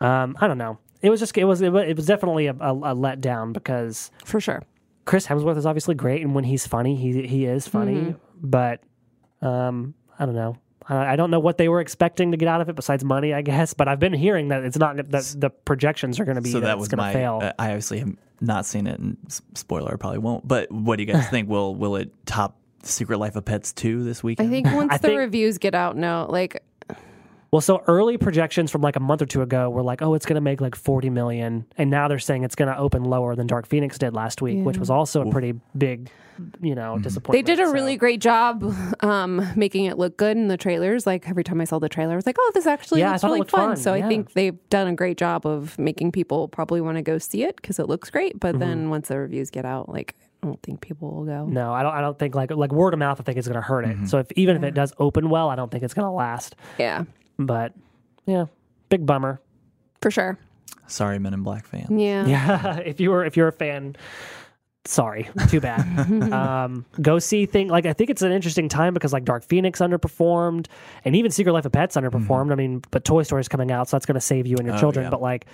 Um, I don't know. It was just it was it was, it was definitely a, a, a letdown because For sure. Chris Hemsworth is obviously great and when he's funny, he he is funny, Mm-hmm. but um, I don't know. I I don't know what they were expecting to get out of it besides money, I guess. But I've been hearing that it's not that the projections are going to be So that, that it's was going to my. fail. uh, I obviously have not seen it, and s- spoiler, I probably won't. But what do you guys think? Will Will it top Secret Life of Pets two this I weekend? think once I the think- reviews get out, no, like, Well, so early projections from like a month or two ago were like, oh, it's going to make like 40 million. And now they're saying it's going to open lower than Dark Phoenix did last week, which was also a pretty big, you Mm-hmm. know, they disappointment. did a So- really great job um, making it look good in the trailers. Like, every time I saw the trailer, I was like, oh, this actually Yeah, I looks thought it really looked fun. fun, So yeah. I think they've done a great job of making people probably want to go see it because it looks great. But Mm-hmm. then once the reviews get out, like, I don't think people will go. No, I don't. I don't think like like word of mouth. I think it's going to hurt Mm-hmm. it. So if even if it does open well, I don't think it's going to last. Yeah, But yeah, big bummer. for sure. Sorry, Men in Black fan. Yeah. Yeah, if you were if you're a fan, sorry, too bad. um, go see thing like I think it's an interesting time because like Dark Phoenix underperformed, and even Secret Life of Pets underperformed. I mean, but Toy Story's coming out, so that's going to save you and your children. yeah. But like,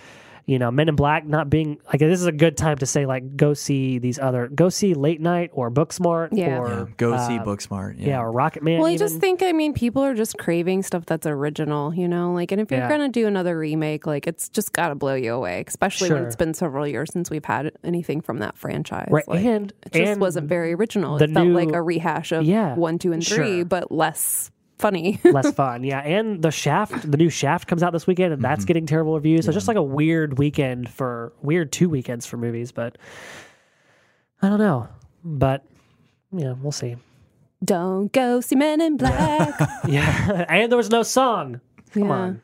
you know, Men in Black not being like this is a good time to say like go see these other go see Late Night or Booksmart Yeah. or Yeah, yeah, Go see Booksmart. Yeah. or Rocket Man. Well, I just think, I mean, people are just craving stuff that's original, you know? Like, and if you're Yeah. going to do another remake, like, it's just got to blow you away, especially Sure. when it's been several years since we've had anything from that franchise. right Like, and it just and wasn't very original. the It felt new- like a rehash of Yeah. one, two, and three, Sure. but less funny. less fun. Yeah, and the Shaft, the new Shaft comes out this weekend, and that's getting terrible reviews. So just like a weird weekend for weird two weekends for movies, but I don't know. But yeah, we'll see. Don't go see Men in Black. Yeah, and there was no song. Come Yeah. on.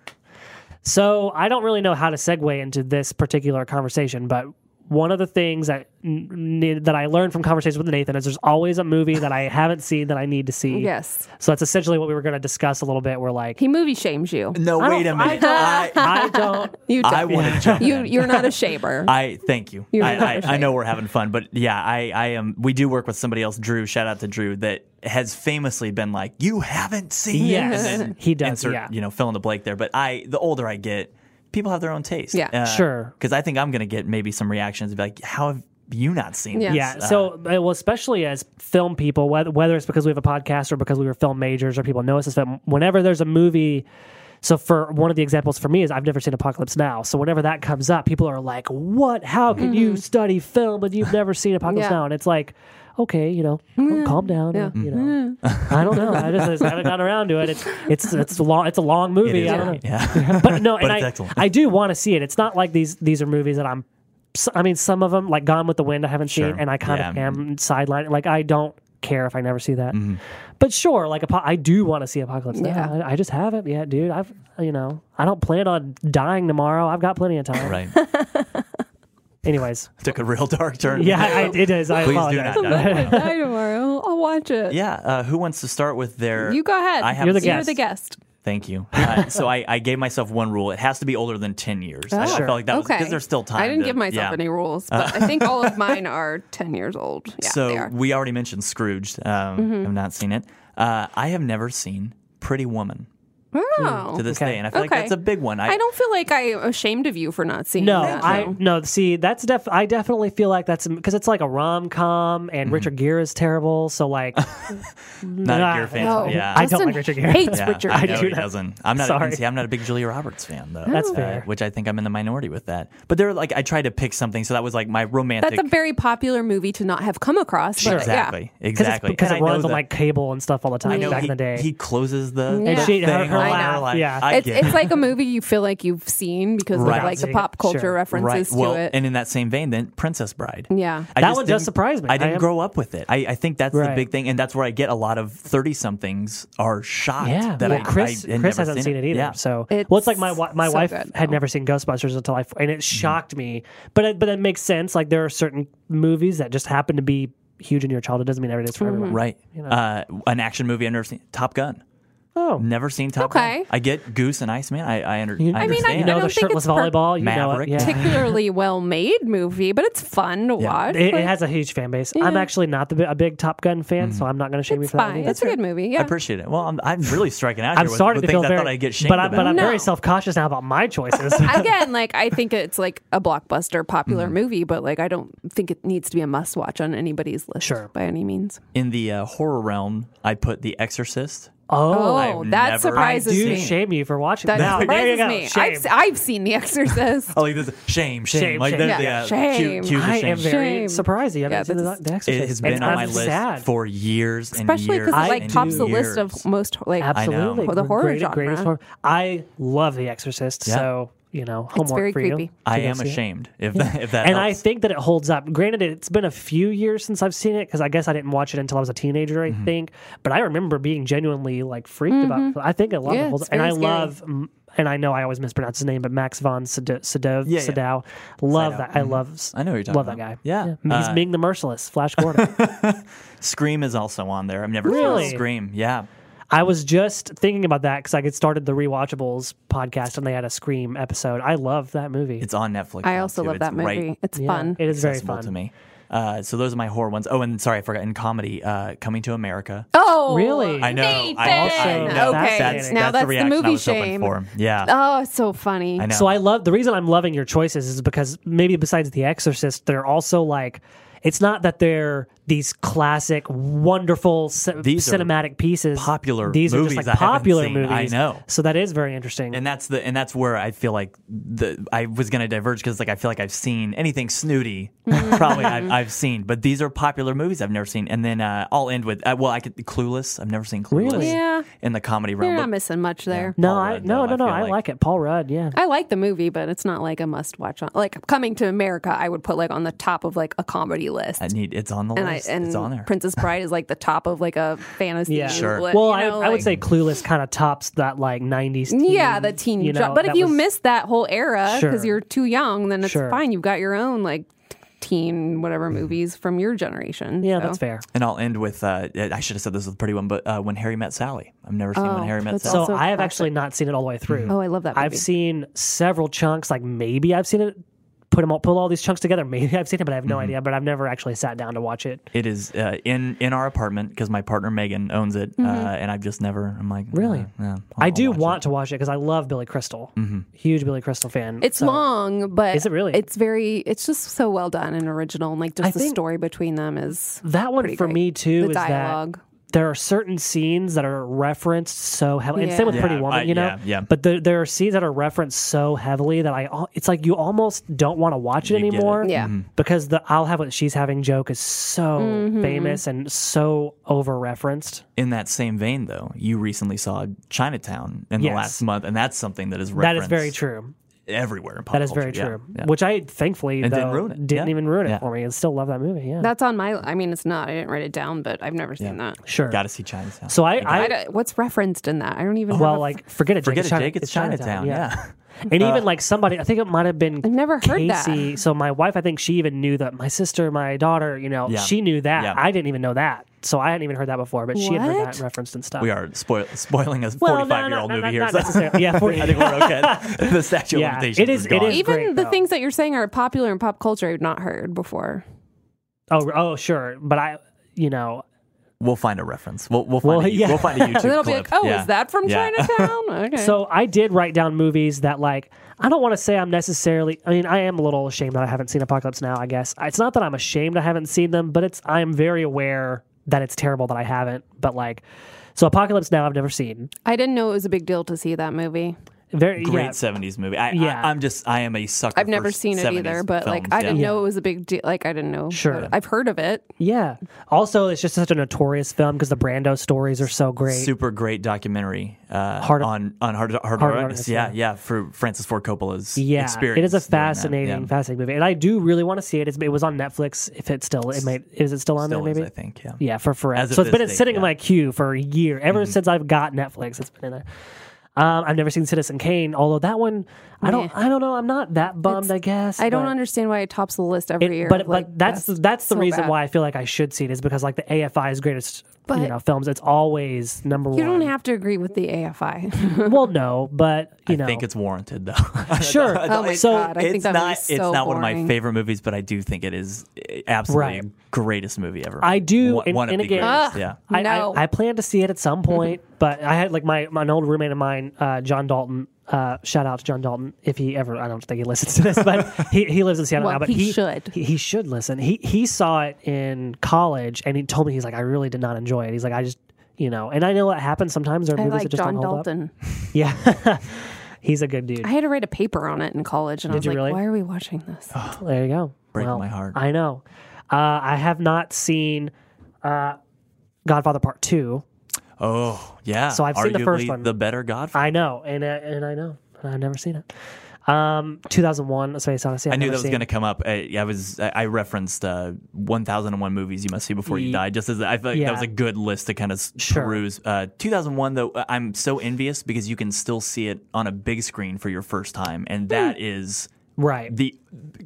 So I don't really know how to segue into this particular conversation, but one of the things that n- n- that I learned from conversations with Nathan is there's always a movie that I haven't seen that I need to see. yes, So that's essentially what we were going to discuss a little bit. We're like, he movie shames you. No, I wait a don't- I minute. I, I, I don't. You don't. want to jump. you in. you're not a shamer. I thank you. You're I, I, welcome. I know we're having fun, but yeah, I, I am. We do work with somebody else, Drew. Shout out to Drew that has famously been like, "You haven't seen." Yes. it," and then He does, Insert, yeah. you know, fill in the blank there. But I, the older I get, people have their own taste. Yeah. Sure. Because I think I'm gonna get maybe some reactions and be like, "How have you not seen?" Yeah. This? Yeah. So, uh, well, especially as film people, whether, whether it's because we have a podcast or because we were film majors or people know us as film, whenever there's a movie. So, for one of the examples for me is I've never seen Apocalypse Now. So, whenever that comes up, people are like, What? How can you study film when you've never seen Apocalypse Yeah. Now? And it's like, Okay, you know, calm down. Yeah. You know, I don't know. I just, I just haven't gotten around to it. It's it's it's a long it's a long movie. It is, I don't know yeah. but no, and it's I, excellent. I do want to see it. It's not like these these are movies that I'm. s- I mean, some of them like Gone with the Wind, I haven't Sure. seen, and I kind of Yeah. Mm-hmm. am sidelined. Like I don't care if I never see that. But sure, like Apo- I do want to see Apocalypse. Now. Yeah. I, I just haven't yet, dude. I've you know I don't plan on dying tomorrow. I've got plenty of time. right. Anyways, Took a real dark turn. yeah, I, it is. I Please do apologize. not. die. Die tomorrow. I'll watch it. yeah. Uh, who wants to start with their? You go ahead. I have You're the seen- guest. guest. Thank you. Uh, so I, I gave myself one rule. It has to be older than ten years. I, I Oh, felt like that was okay. because there's still time. I didn't to- give myself yeah. any rules, but I think all of mine are ten years old. Yeah, Mm-hmm. they so mm, are. we already mentioned Scrooged. Um, I've not seen it. Uh, I have never seen Pretty Woman Oh. to this Okay. day, and I feel like Okay. that's a big one. I, I don't feel like I'm ashamed of you for not seeing No, that. I no. See, that's def. I definitely feel like that's because it's like a rom com, Mm-hmm. and Richard Gere is terrible. So like, not nah, a Gear fan. No. Yeah, Ah, I don't like Richard Gere. Hates yeah, Richard. I Gere. know do he not- doesn't. I'm not. Sorry. see, I'm not a big Julia Roberts fan though. That's Uh, fair. Which I think I'm in the minority with that. But they're like I tried to pick something, so that was like my romantic. That's a very popular movie to not have come across. But Yeah. exactly. because Exactly. because it And I know runs on that- like cable and stuff all the I time know back he, in the day. He closes the And the she- her- thing her on laugh, like, yeah. I It's, get it's it. like a movie you feel like you've seen because Right. of like the Sure. pop culture references Well, to it. and in that same vein, then Princess Bride. Yeah. I That just one does didn't- surprise me. I I didn't am- grow up with it. I, I think that's the Right. big thing, and that's where I get a lot of thirty somethings are shocked yeah, that well, I, Chris I had Chris never hasn't seen it, either. Yeah. So It's well, it's like my wi- my so wife good, Oh. had though. never seen Ghostbusters until I f- and it shocked me. But it, but it makes sense. Like there are certain movies that just happen to be huge in your childhood. Doesn't mean it Mm-hmm. is for everyone. right, uh, an action movie I've never seen. Top Gun. Oh, Never seen Top Okay. Gun. I get Goose and Iceman. I I, under, I mean, I understand. you know don't the think it's shirtless per- volleyball. You Maverick. know it. Yeah. particularly well made movie, but it's fun to watch. It, it Like, has a huge fan base. I'm actually not the, bi- a big Top Gun fan, so I'm not going to shame you it's for that. fine. either. It's a good movie. Yeah. I appreciate it. Well, I'm, I'm really striking out. I'm here with- starting with to feel things very, I thought I get shamed but, I, about. but I'm very No. self cautious now about my choices. Again, like I think it's like a blockbuster Mm-hmm. popular movie, but like I don't think it needs to be a must watch on anybody's list Sure. by any means. in the uh, horror realm, I put The Exorcist. oh, Oh, I've that never- surprises do me. shame you for watching that Now, there you surprises go. me. Shame. I've, I've seen The Exorcist. Oh, like this shame, shame, Shame, like shame. there's Yeah. the, uh, Shame. Cue, cues of I shame. am very Shame. surprised that you haven't Yeah, seen this the, the Exorcist. It has been And on I'm my list sad. for years and Especially years. because it I like and do- tops the list years. of most like absolutely Well, the horror Great- genre. greatest horror. I love The Exorcist, Yeah. so you know homework very for you. creepy. I to go am see it. ashamed if if that And I helps. think that it holds up. Granted, it's been a few years since I've seen it because I guess I didn't watch it until I was a teenager, Mm-hmm. I think. But I remember being genuinely like freaked about. I think a Mm-hmm. lot of Yeah, it holds up. it's And I very scary. love, mm, and I know I always mispronounce his name, but Max von Sado- Sadow. Yeah, yeah. Sadow. Love Sadow. that. I love. I know who you're talking Love that about. guy. Yeah. he's Uh, Ming the Merciless, Flash Gordon. Scream is also on there. I've never Really? seen Scream. Yeah. I was just thinking about that because I had started the Rewatchables podcast and they had a Scream episode. I love that movie. It's on Netflix. I now, also too. love It's that movie. Right It's Yeah, fun. It is very accessible fun. to me. Uh, so those are my horror ones. Oh, and sorry, I forgot. In comedy, uh, Coming to America. oh, Really? I know. Nathan! I, I Also know. okay, That's, now that's that's, the reaction movie I was shame. hoping for. Yeah. Oh, it's so funny. I know. So I love the reason I'm loving your choices is because maybe besides The Exorcist, they're also like it's not that they're these classic, wonderful ci- These are cinematic pieces. popular These are movies just I like haven't popular seen. I movies. know. So that is very interesting. and that's the and that's where I feel like the I was gonna diverge because like I feel like I've seen anything snooty probably I've, I've seen, but these are popular movies I've never seen. And then uh, I'll end with uh, well I could Clueless. I've never seen Clueless. Really? Yeah. In the comedy You're realm, not but missing much there. no, Paul I, Rudd, no, though, no, no. I feel I like- like it. Paul Rudd. Yeah. I like the movie, but it's not like a must watch on like coming to America, I would put like on the top of like a comedy list. I need it's on the and I list. and it's on there. Princess Bride is like the top of like a fantasy. Yeah. Sure. li- Well, you know, I, I would like- say Clueless kind of tops that like '90s. Teen, Yeah, the teen you know, drama. But if that you was- missed that whole era because Sure. you're too young, then it's Sure. Mm-hmm. fine. You've got your own like teen whatever movies from your generation. yeah, so. that's fair. and I'll end with uh, I should have said this was a pretty one, but uh, when Harry met Sally, I've never seen Oh, when Harry met that's Sally. So Also I have classic. actually not seen it all the way Mm-hmm. through. Oh, I love that movie. I've seen several chunks. Like maybe I've seen it. Put them all, pull all these chunks together. Maybe I've seen it, but I have no idea. But I've never actually sat down to watch it. It is uh, in in our apartment because my partner Megan owns it, Mm-hmm. uh, and I've just never. I'm like Really? uh, yeah, I'll- i I'll do watch it. want to watch it because I love Billy Crystal. Huge Billy Crystal fan. It's so- long, but Is it really? It's very. It's just so well done and original. And like just I the think- story between them is That one pretty for great. me too The is dialogue. that there are certain scenes that are referenced so heavily. And same with Yeah. Pretty Yeah, Woman, I- you know. yeah, yeah. But there, there are scenes that are referenced so heavily that I, al- it's like you almost don't want to watch it You get it. anymore. Yeah. Because the I'll have what she's having joke is so famous and so over referenced. In that same vein, though, you recently saw Chinatown in the Yes. last month, and that's something that is referenced That is very true. everywhere. In pop That is very culture. Yeah, true. yeah. Which I thankfully And though, didn't ruin it. didn't Yeah. even ruin it Yeah. for me. and still love that movie. Yeah. That's on my. I mean, it's not. I didn't write it down, but I've never seen that. sure. Got to see Chinatown. So I, I, I don't- what's referenced in that? I don't even. have well, a- like forget it, Jake. forget it's it, China- Jake. It's Chinatown. Yeah. And even like somebody, I think it might have been I've never heard that. Casey. So my wife, I think she even knew that my sister, my daughter, you know, Yeah. she knew that. Yeah. I didn't even know that. So I hadn't even heard that before, but she had heard that What? referenced and stuff. We are spoil- spoiling a Well, no, 45 year old no, no, movie no, here. not so necessarily. Yeah, I think we're okay. the statue Yeah, of limitations it is- it gone. is- even great, the though. things that you're saying are popular in pop culture. I've not heard before. oh, oh, sure. But I, you know, We'll find a reference. We'll, we'll, find, Well, a, yeah. we'll find a YouTube And then I'll be clip. like, oh, Yeah. is that from Yeah. Chinatown? Okay. so I did write down movies that like I don't want to say I'm necessarily. I mean, I am a little ashamed that I haven't seen Apocalypse Now. I guess it's not that I'm ashamed I haven't seen them, but it's I'm very aware that it's terrible that I haven't. But like, so Apocalypse Now I've never seen. I didn't know it was a big deal to see that movie. Very Great yeah. 70s movie. I, Yeah. I, I'm just, I am a sucker. I've never for seen it 70s either, but like films. I Yeah. didn't know it was a big deal. Like I didn't know. Sure. I've heard of it. Yeah. Also, it's just such a notorious film because the Brando stories are so great. super great documentary uh, Hard- on on hard, hard, Hard Artists. Artists, Yeah, yeah. yeah, for Francis Ford Coppola's yeah, experience. it is a doing that. fascinating, Yeah. fascinating movie, and I do really want to see it. It's, it was on Netflix. If it's still, it may is it still on Still there? is, Maybe. I think. Yeah. Yeah, for As forever. of So it's this been date, sitting yeah. Mm-hmm. in my queue for a year. Ever since I've got Netflix, it's been in there. Um, I've never seen Citizen Kane, although that one, I don't, Meh. I don't know. I'm not that bummed. I guess I don't but- understand why it tops the list every it- year. but Like, but that's that's, that's the so reason bad. why I feel like I should see it is because like the AFI's greatest But- you know films. It's always number you one. don't have to agree with the AFI. well, no, but you know, I think it's warranted though. Sure. oh my So god! I think it's that not. movie's so it's not one of my boring. favorite movies, but I do think it is absolutely Right. the greatest movie ever. I do, One, and- one and of the again- greatest. Ugh. yeah. I, No. Mm-hmm. I, I plan to see it at some point, but I had like my, my an old roommate of mine, uh, John Dalton. Uh, shout out to John Dalton if he ever. I don't think he listens to this, but he, he lives in Seattle Well, now. But he he, should. He, he should listen. He he saw it in college, and he told me he's like, I really did not enjoy it. He's like, I just you know, and I know that happens sometimes. There are I movies like that just John don't hold up. Dalton. Yeah, he's a good dude. I had to write a paper on it in college, and I was you like, really? "Why are we watching this?" There you go. Breaking my heart. I know. Uh, I have not seen uh, Godfather Part Two. Oh yeah. So I've seen the first Arguably one. The better Godfather. I know, and uh, and I know, and I've never seen it. Um, 2001: A Space Odyssey. I've I knew never that was seen. going to come up. I, I was. I, I referenced uh, 1,001 movies you must see before you Ye- die. Just as I feel like that Yeah. was a good list to kind of Sure. peruse. Uh, 2001 though, uh, I'm so envious because you can still see it on a big screen for your first time, Hmm. and that is Right. the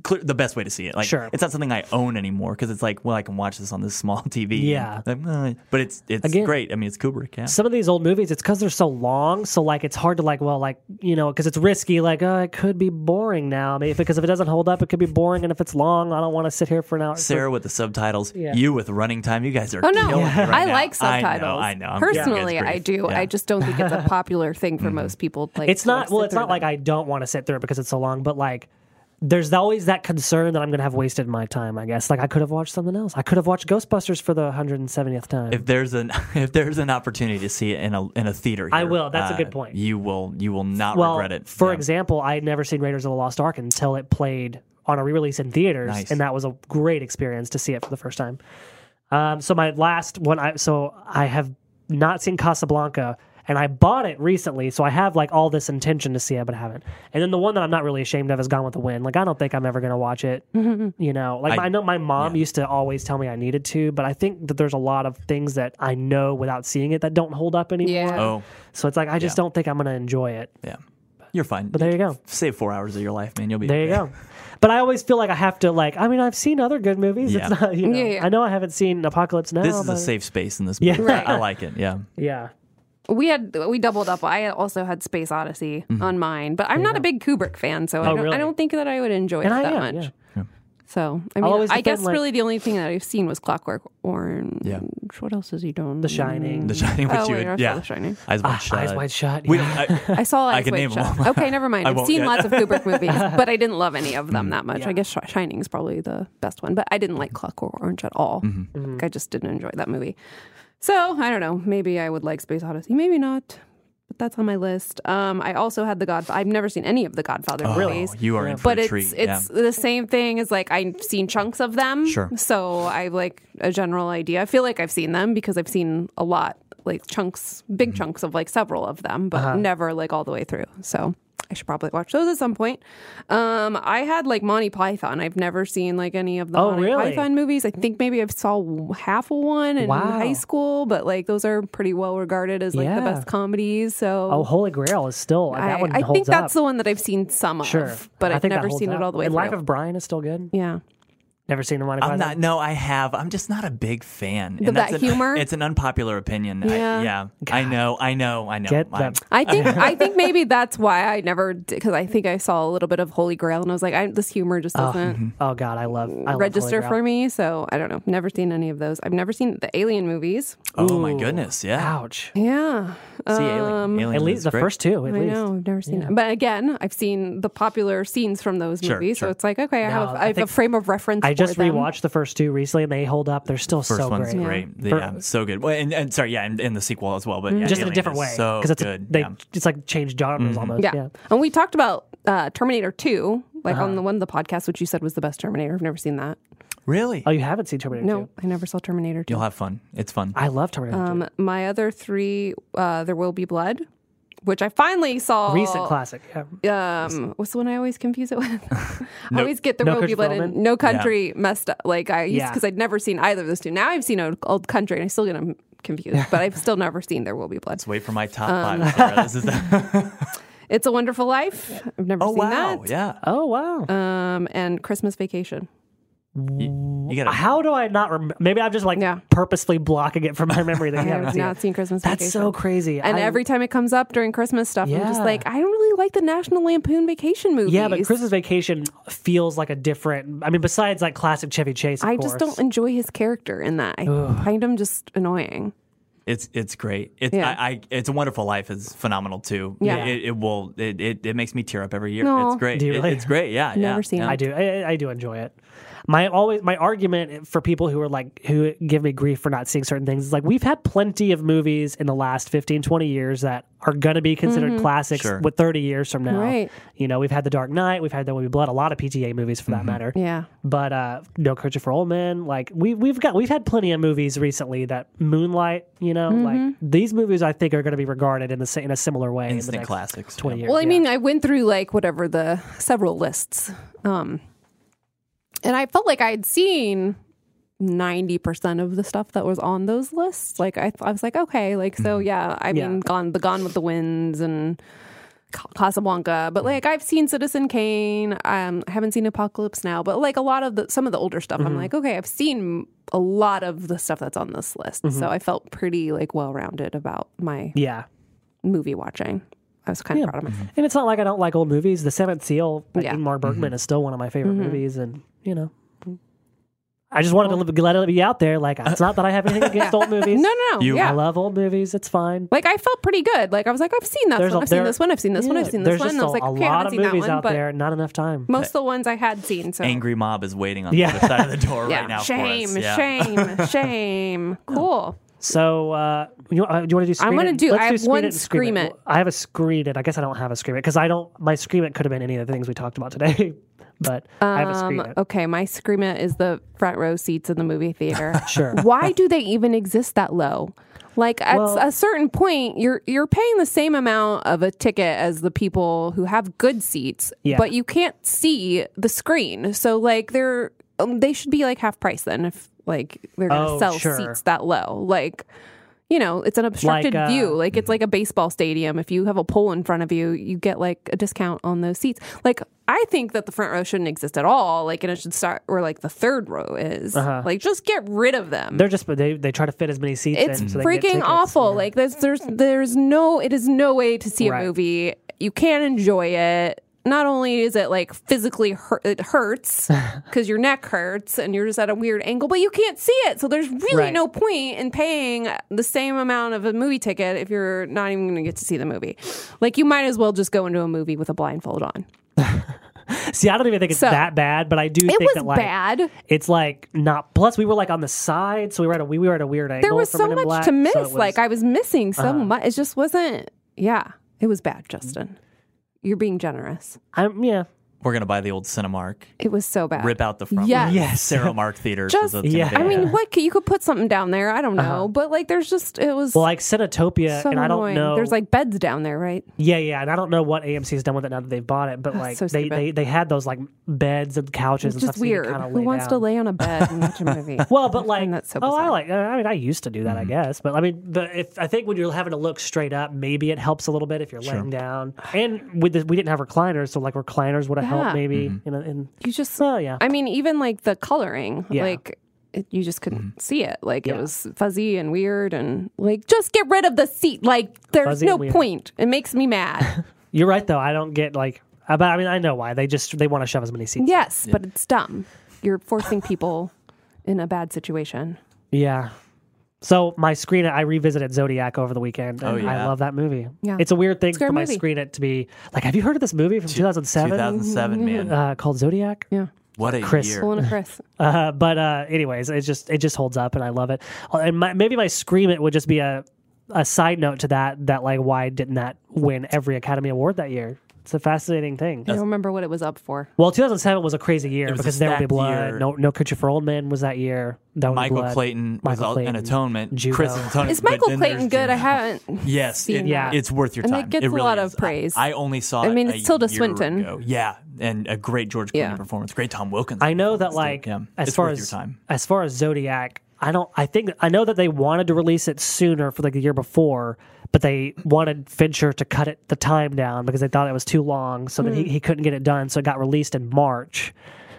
clear, the best way to see it. Like, Sure. it's not something I own anymore because it's like, well, I can watch this on this small TV. Yeah. Like, eh. but it's it's Again- great. I mean, it's Kubrick. Yeah. Some of these old movies, it's because they're so long. So like, it's hard to like, well, like you know, because it's risky. Like, oh, it could be boring now. Maybe because if it doesn't hold up, it could be boring. And if it's long, I don't want to sit here for an hour. Sarah with the subtitles, Yeah. you with running time. You guys are Oh no, killing me right I now. like I know, subtitles. I know. I'm giving you guys Personally, I grief. do. Yeah. I just don't think it's a popular thing for most people. Like Mm-hmm. it's to, like, not. Well, sit it's through not like them. I don't want to sit through it because it's so long. But like, there's always that concern that I'm going to have wasted my time. I guess like I could have watched something else. I could have watched Ghostbusters for the 170th time. If there's an if there's an opportunity to see it in a in a theater, I here, uh, will. That's a good point. You will you will not well, regret it. for Yeah. example, I had never seen Raiders of the Lost Ark until it played on a re-release in theaters, Nice. and that was a great experience to see it for the first time. Um, so my last one, I so I have not seen Casablanca, and I bought it recently, so I have like all this intention to see it, but I haven't. And then the one that I'm not really ashamed of is Gone with the Wind. Like I don't think I'm ever gonna watch it. you know, like I- I, know my mom used to always tell me I needed to, but I think that there's a lot of things that I know without seeing it that don't hold up anymore. Yeah. Oh So it's like I just Yeah. don't think I'm gonna enjoy it. yeah, you're fine. But there you go. Save four hours of your life, man. You'll be There you go. But I always feel like I have to like. I mean, I've seen other good movies. Yeah. It's not, you know, Yeah, yeah. I know I haven't seen Apocalypse Now. This is but, a safe space in this. Yeah. Movie. Right. I like it. Yeah. yeah. we had we doubled up. I also had Space Odyssey Mm-hmm. on mine, but I'm not a big Kubrick fan, so I, don't, Oh, really? I don't think that I would enjoy And it I that am, much. yeah. So I I'll mean, always I defend, guess like- really the only thing that I've seen was Clockwork Orange. Yeah. What else has he done? The Shining. The Shining, which Oh, you wait, I would, saw yeah. The Shining. Eyes wide Ah, shut. Eyes Wide Shut. We yeah. don't- I- I saw. I Eyes can Wide name 'em Shut. all. Okay, never mind. I I've won't seen yet. Mm-hmm. lots of Kubrick movies, but I didn't love any of them that much. I guess Sh- Shining's probably the best one, but I didn't like Clockwork Orange at all. Mm-hmm. Like, I just didn't enjoy that movie. So I don't know. Maybe I would like Space Odyssey. Maybe not. But that's on my list. Um, I also had The Godfather. I've never seen any of The Godfather oh, movies. You are in for but a it's treat. yeah. it's the same thing as like I've seen chunks of them. Sure. So I have like a general idea. I feel like I've seen them because I've seen a lot, like chunks, Mm-hmm. big chunks of like several of them, but Uh-huh. never like all the way through. So I should probably watch those at some point. Um, I had like Monty Python. I've never seen like any of the Oh, Monty really? Python movies. I think maybe I saw half of one in Wow. high school, but like those are pretty well regarded as like Yeah. the best comedies. So Oh, Holy Grail is still that I, one I holds think that's up. the one that I've seen some sure, of, but I I've think that never holds seen up. it all the way And through. Life of Brian is still good. yeah. Never seen the Monty I'm Python. not. No, I have. I'm just not a big fan. Of that an- humor? It's an unpopular opinion. Yeah. I, yeah. I know. I know. I know. Get I'm- that- I think I think maybe that's why I never because I think I saw a little bit of Holy Grail and I was like, I, this humor just doesn't Oh God, I love. I love register Holy for Grail. me. So I don't know. Never seen any of those. I've never seen the Alien movies. Oh my goodness. Yeah. Ouch. Yeah, See, Alien. Alien At is least the great. first two. At Um, I least. know. I've never seen it. But again, I've seen the popular scenes from those Sure, movies. sure. So it's like, okay, I have, No, I I have a think- frame of reference. I for just them. rewatched the first two recently, and they hold up. They're still First so one's great. great. The, For- Mm. yeah, so good. Well, and, and sorry, yeah, and, and the sequel as well. But yeah, Just in a Alien different is way, So it's good. they yeah. Mm-hmm. it's like changed genres almost. Yeah. yeah. Uh-huh. And we talked about uh, Terminator 2, like on the one of the podcasts, which you said was the best Terminator. I've never seen that. Really? Oh, you haven't seen Terminator No, 2? I never saw Terminator 2. You'll have fun. It's fun. I love Terminator Um, my other three, uh, There Will Be Blood, which I finally saw. 2. Recent classic. Yeah. Um, what's the one I always confuse it with? I No- always get There No Will Be Country for Blood Old and Men? No Country messed up. Like I used Yeah. because I'd never seen either of those two. Now I've seen Old, old Country and I still get them confused, but I've still never seen There Will Be Blood. Let's wait for my top Um, five. Sarah. This is the- It's a Wonderful Life. I've never oh seen wow. that. Yeah. Oh wow. Um, and Christmas Vacation. You gotta. How do I not remember? Maybe I'm just like Yeah. purposely blocking it from my memory that you haven't I've seen. not it. seen Christmas That's Vacation. so crazy. And I- every time it comes up during Christmas stuff, I'm just Yeah. like, I don't really like the National Lampoon Vacation movies. yeah, but Christmas Vacation feels like a different. I mean, besides like classic Chevy Chase. Of I course. just don't enjoy his character in that. I find him just annoying. It's it's great. It's Yeah. I, I it's a wonderful life is phenomenal too. Yeah. It, it will it, it, it makes me tear up every year. No. It's great. Do you It- really? it's great. Yeah. Never yeah, seen yeah. it. I do. I, I do enjoy it. My always my argument for people who are like who give me grief for not seeing certain things is like we've had plenty of movies in the last 15 20 years that are going to be considered classics Sure. with 30 years from now. Mm-hmm. Right. You know, we've had The Dark Knight, we've had There Will Be Blood, a lot of PTA movies for Mm-hmm. that matter. Yeah. But uh No Country for Old Men, like we we've got we've had plenty of movies recently that Moonlight, you know, like Mm-hmm. these movies I think are going to be regarded in the sa- in a similar way in the Instant next classics. 20 years. Well, I yeah. mean, I went through like whatever the several lists. Um, and I felt like I had seen 90% of the stuff that was on those lists. Like, I, th- I was like, okay, like, so yeah, I Mm-hmm. Yeah. mean, Gone, the Gone with the Winds and Ca- Casablanca, Mm-hmm. but like, I've seen Citizen Kane. Um, I haven't seen Apocalypse Now, but like a lot of the, some of the older stuff, Mm-hmm. I'm like, okay, I've seen a lot of the stuff that's on this list. Mm-hmm. So I felt pretty like well rounded about my yeah. movie watching. I was kind of proud of myself. And it's not like I don't like old movies. The Seventh Seal by Yeah. Mm-hmm. Ingmar Bergman is still one of my favorite movies, and you know, I just wanted to li- let it be out there. Like it's not that I have anything against old movies. No, no, no. You- I yeah. love old movies. It's fine. like I felt pretty good. Like I was like, I've seen that There's one. a- I've seen there- this one. I've seen this one. I've Yeah, seen this there's one. And just I was like, a okay, I lot haven't of seen that movies one, out but there. Not enough time. most of the ones I had seen. So Angry mob is waiting on Yeah. the other side of the door yeah, right now. shame, for us. Yeah. shame, shame. Cool. So uh, you, uh, you want to do? Screen wanna It? do- Let's I have Screen one It and Scream It. I have a screen it. I guess I don't have a scream it because I don't. My scream it could have been any of the things we talked about today, but I have a screen Um, it. okay, my scream it is the front row seats in the movie theater. Sure. Why do they even exist that low? Like at Well- a certain point, you're you're paying the same amount of a ticket as the people who have good seats, Yeah. but you can't see the screen. So like they're um, they should be like half price then if like they're gonna Oh, sell sure. seats that low. Like you know, it's an obstructed uh, view. Like it's like a baseball stadium. If you have a pole in front of you, you get like a discount on those seats. Like I think that the front row shouldn't exist at all. Like and it should start where like the third row is. Like just get rid of them. They're just they they try to fit as many seats. it's in so they can get freaking tickets. awful. Like there's there's there's no it is no way to see Right. a movie. You can't enjoy it. Not only is it like physically hurt, it hurts because your neck hurts and you're just at a weird angle, but you can't see it. So there's really Right. no point in paying the same amount of a movie ticket if you're not even going to get to see the movie. Like you might as well just go into a movie with a blindfold on. See, I don't even think it's So- that bad, but I do It think was that like bad. it's like not. Plus, we were like on the side, so we were at a we were at a weird angle. There was from so Men in much Black, to miss. so it was- Uh-huh. like I was missing so much. It just wasn't. Yeah, it was bad, Justin. You're being generous. I'm yeah. We're gonna buy the old Cinemark, It was so bad. rip out the front. Yes. Yes. Sarah Mark Theaters. Just- is what's Yeah. gonna I be. mean, what could, you could put something down there. I don't Uh-huh. know, but like, there's just it was Well, like Cinetopia, so and I don't annoying. know. There's like beds down there, right? yeah, yeah, and I don't know what AMC's done with it now that they've bought it, but like so they, stupid. they they had those like beds and It's couches and just stuff. so you could weird. kinda Who wants to down. lay on a bed and watch a movie? Well, but like, that's so oh, bizarre. I Mm-hmm. like. I mean, I used to do that, I guess. But I mean, the, if I think when you're having to look straight up, maybe it helps a little bit if you're laying down. And with the, we didn't have recliners, so like recliners would Yeah. have helped maybe. You know, and you just, so oh, yeah, I mean, even like the coloring, Yeah. Mm-hmm. like. It, you just couldn't see it. Like it Yeah. was fuzzy and weird, and like just get rid of the seat. Like there's Fuzzy no and weird. point. It makes me mad. you're right though. I don't get like. uh, But I mean, I know why they just they want to shove as many seats. yes, but it's dumb. You're forcing people in a bad situation. Yeah. So my screen, I revisited Zodiac over the weekend. And Oh, yeah. I love that movie. Yeah. It's a weird thing a great for my movie. screen it to be like, have you heard of this movie from 2007? 2007, man. Uh, called Zodiac. Yeah, What a Chris. year. pulling a Chris. Uh, but uh, anyways, it just it just holds up, and I love it. Uh, And my, maybe my scream it would just be a a side note to that that like why didn't that win every Academy Award that year? It's a fascinating thing. I don't remember what it was up for. Well, 2007 was a crazy year was a because There Will Be stacked Blood, year. no, no Country for Old Men was that year. That Will Be Michael Blood. Clayton Michael was Clayton, an atonement. Juno. Chris was atonement. Is but Michael then Clayton there's good? I Juno. haven't. Yes, seen it- that. it's worth your And it time. gets a really lot of is. I- praise. I, only saw. I mean, it it's a Tilda year Swinton. ago. Yeah, and a great George Clooney Yeah. performance. Great Tom Wilkins. I know that performance, like too. Yeah. as it's far worth as your time. as far as Zodiac, I don't. I think I know that they wanted to release it sooner for like the year before, but they wanted Fincher to cut it the time down because they thought it was too long, so that he, he couldn't get it done. So it got released in March.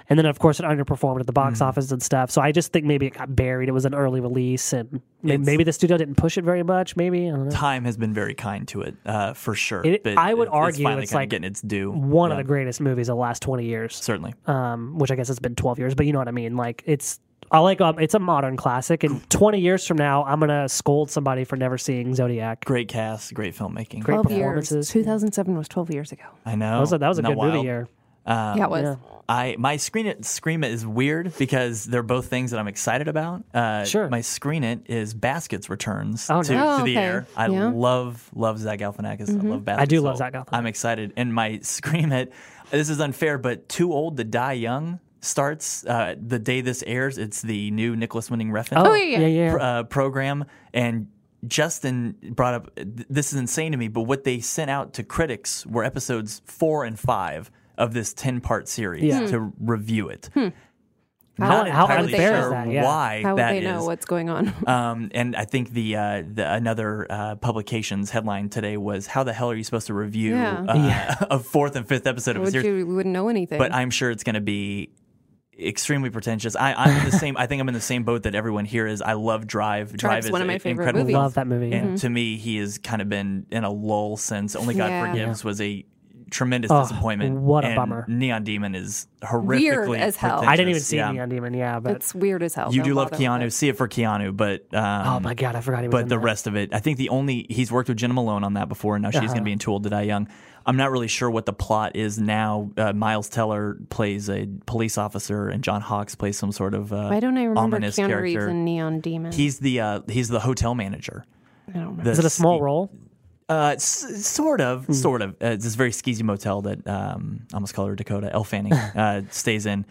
And then, of course, it underperformed at the box Hmm. office and stuff. So I just think maybe it got buried. It was an early release, and may- It's- maybe the studio didn't push it very much. Maybe I don't know. Time has been very kind to it, uh, for sure. It- but I would it's argue finally it's kinda like getting its due. One of Yeah, the greatest movies of the last twenty years. certainly. um, which I guess has been 12 years, but you know what I mean. Like it's, I like, um, it's a modern classic. And 20 years from now, I'm going to scold somebody for never seeing Zodiac. Great cast, great filmmaking. Great 12 performances. years. 2007 was 12 years ago. I know. That was a, that was a Isn't good wild? movie year. Uh, yeah, it was. I my screen it scream it is weird because they're both things that I'm excited about. Uh, Sure. My screen it is Baskets returns Oh, to, nice. to the Oh, okay. air. I Yeah. love love Zach Galifianakis. I love Mm-hmm. Baskets. do love so Zach Galifianakis. I'm excited, and my scream it. This is unfair, but too old to die young starts uh, the day this airs. It's the new Nicholas Winning Refn Oh, yeah, yeah, yeah. yeah. pr- uh, program and Justin brought up th- this is insane to me, but what they sent out to critics were episodes four and five of this ten part series Yeah. to review it. Hmm. How- how entirely unfair is sure that? Yeah. Why How would that they know is. what's going on? Um, and I think the, uh, the another uh, publication's headline today was how the hell are you supposed to review Yeah. Uh, a fourth and fifth episode of a Would series? you, you wouldn't know anything. but I'm sure it's going to be extremely pretentious. I, I'm in the same. I think I'm in the same boat that everyone here is. I love Drive. Drive Drive's is one of my a- favorite incredible. movies. Mm-hmm. Love that movie. And to me, he has kind of been in a lull since Only God Yeah. Forgives was a tremendous Oh, disappointment. what a And bummer. Neon Demon is horrifically Weird as hell. I didn't even pretentious, see yeah. Neon Demon. Yeah, but It's weird as hell. You Don't do love bother with Keanu. it. See it for Keanu, but um, oh my god, I forgot he was. but in the that. rest of it, I think the only he's worked with Jenna Malone on that before, and now she's going Uh-huh. to be in Too Old to Die Young. I'm not really sure what the plot is now. Uh, Miles Teller plays a police officer, and John Hawkes plays some sort of uh, Why don't I remember ominous Keanu character. Reeves and Neon Demon? he's the uh, he's the hotel manager. I don't remember. The is it a small ski- role? Uh, s- sort of, Hmm. sort of. Uh, it's this very skeezy motel that um, I almost called her Dakota Elle Fanning uh, stays in.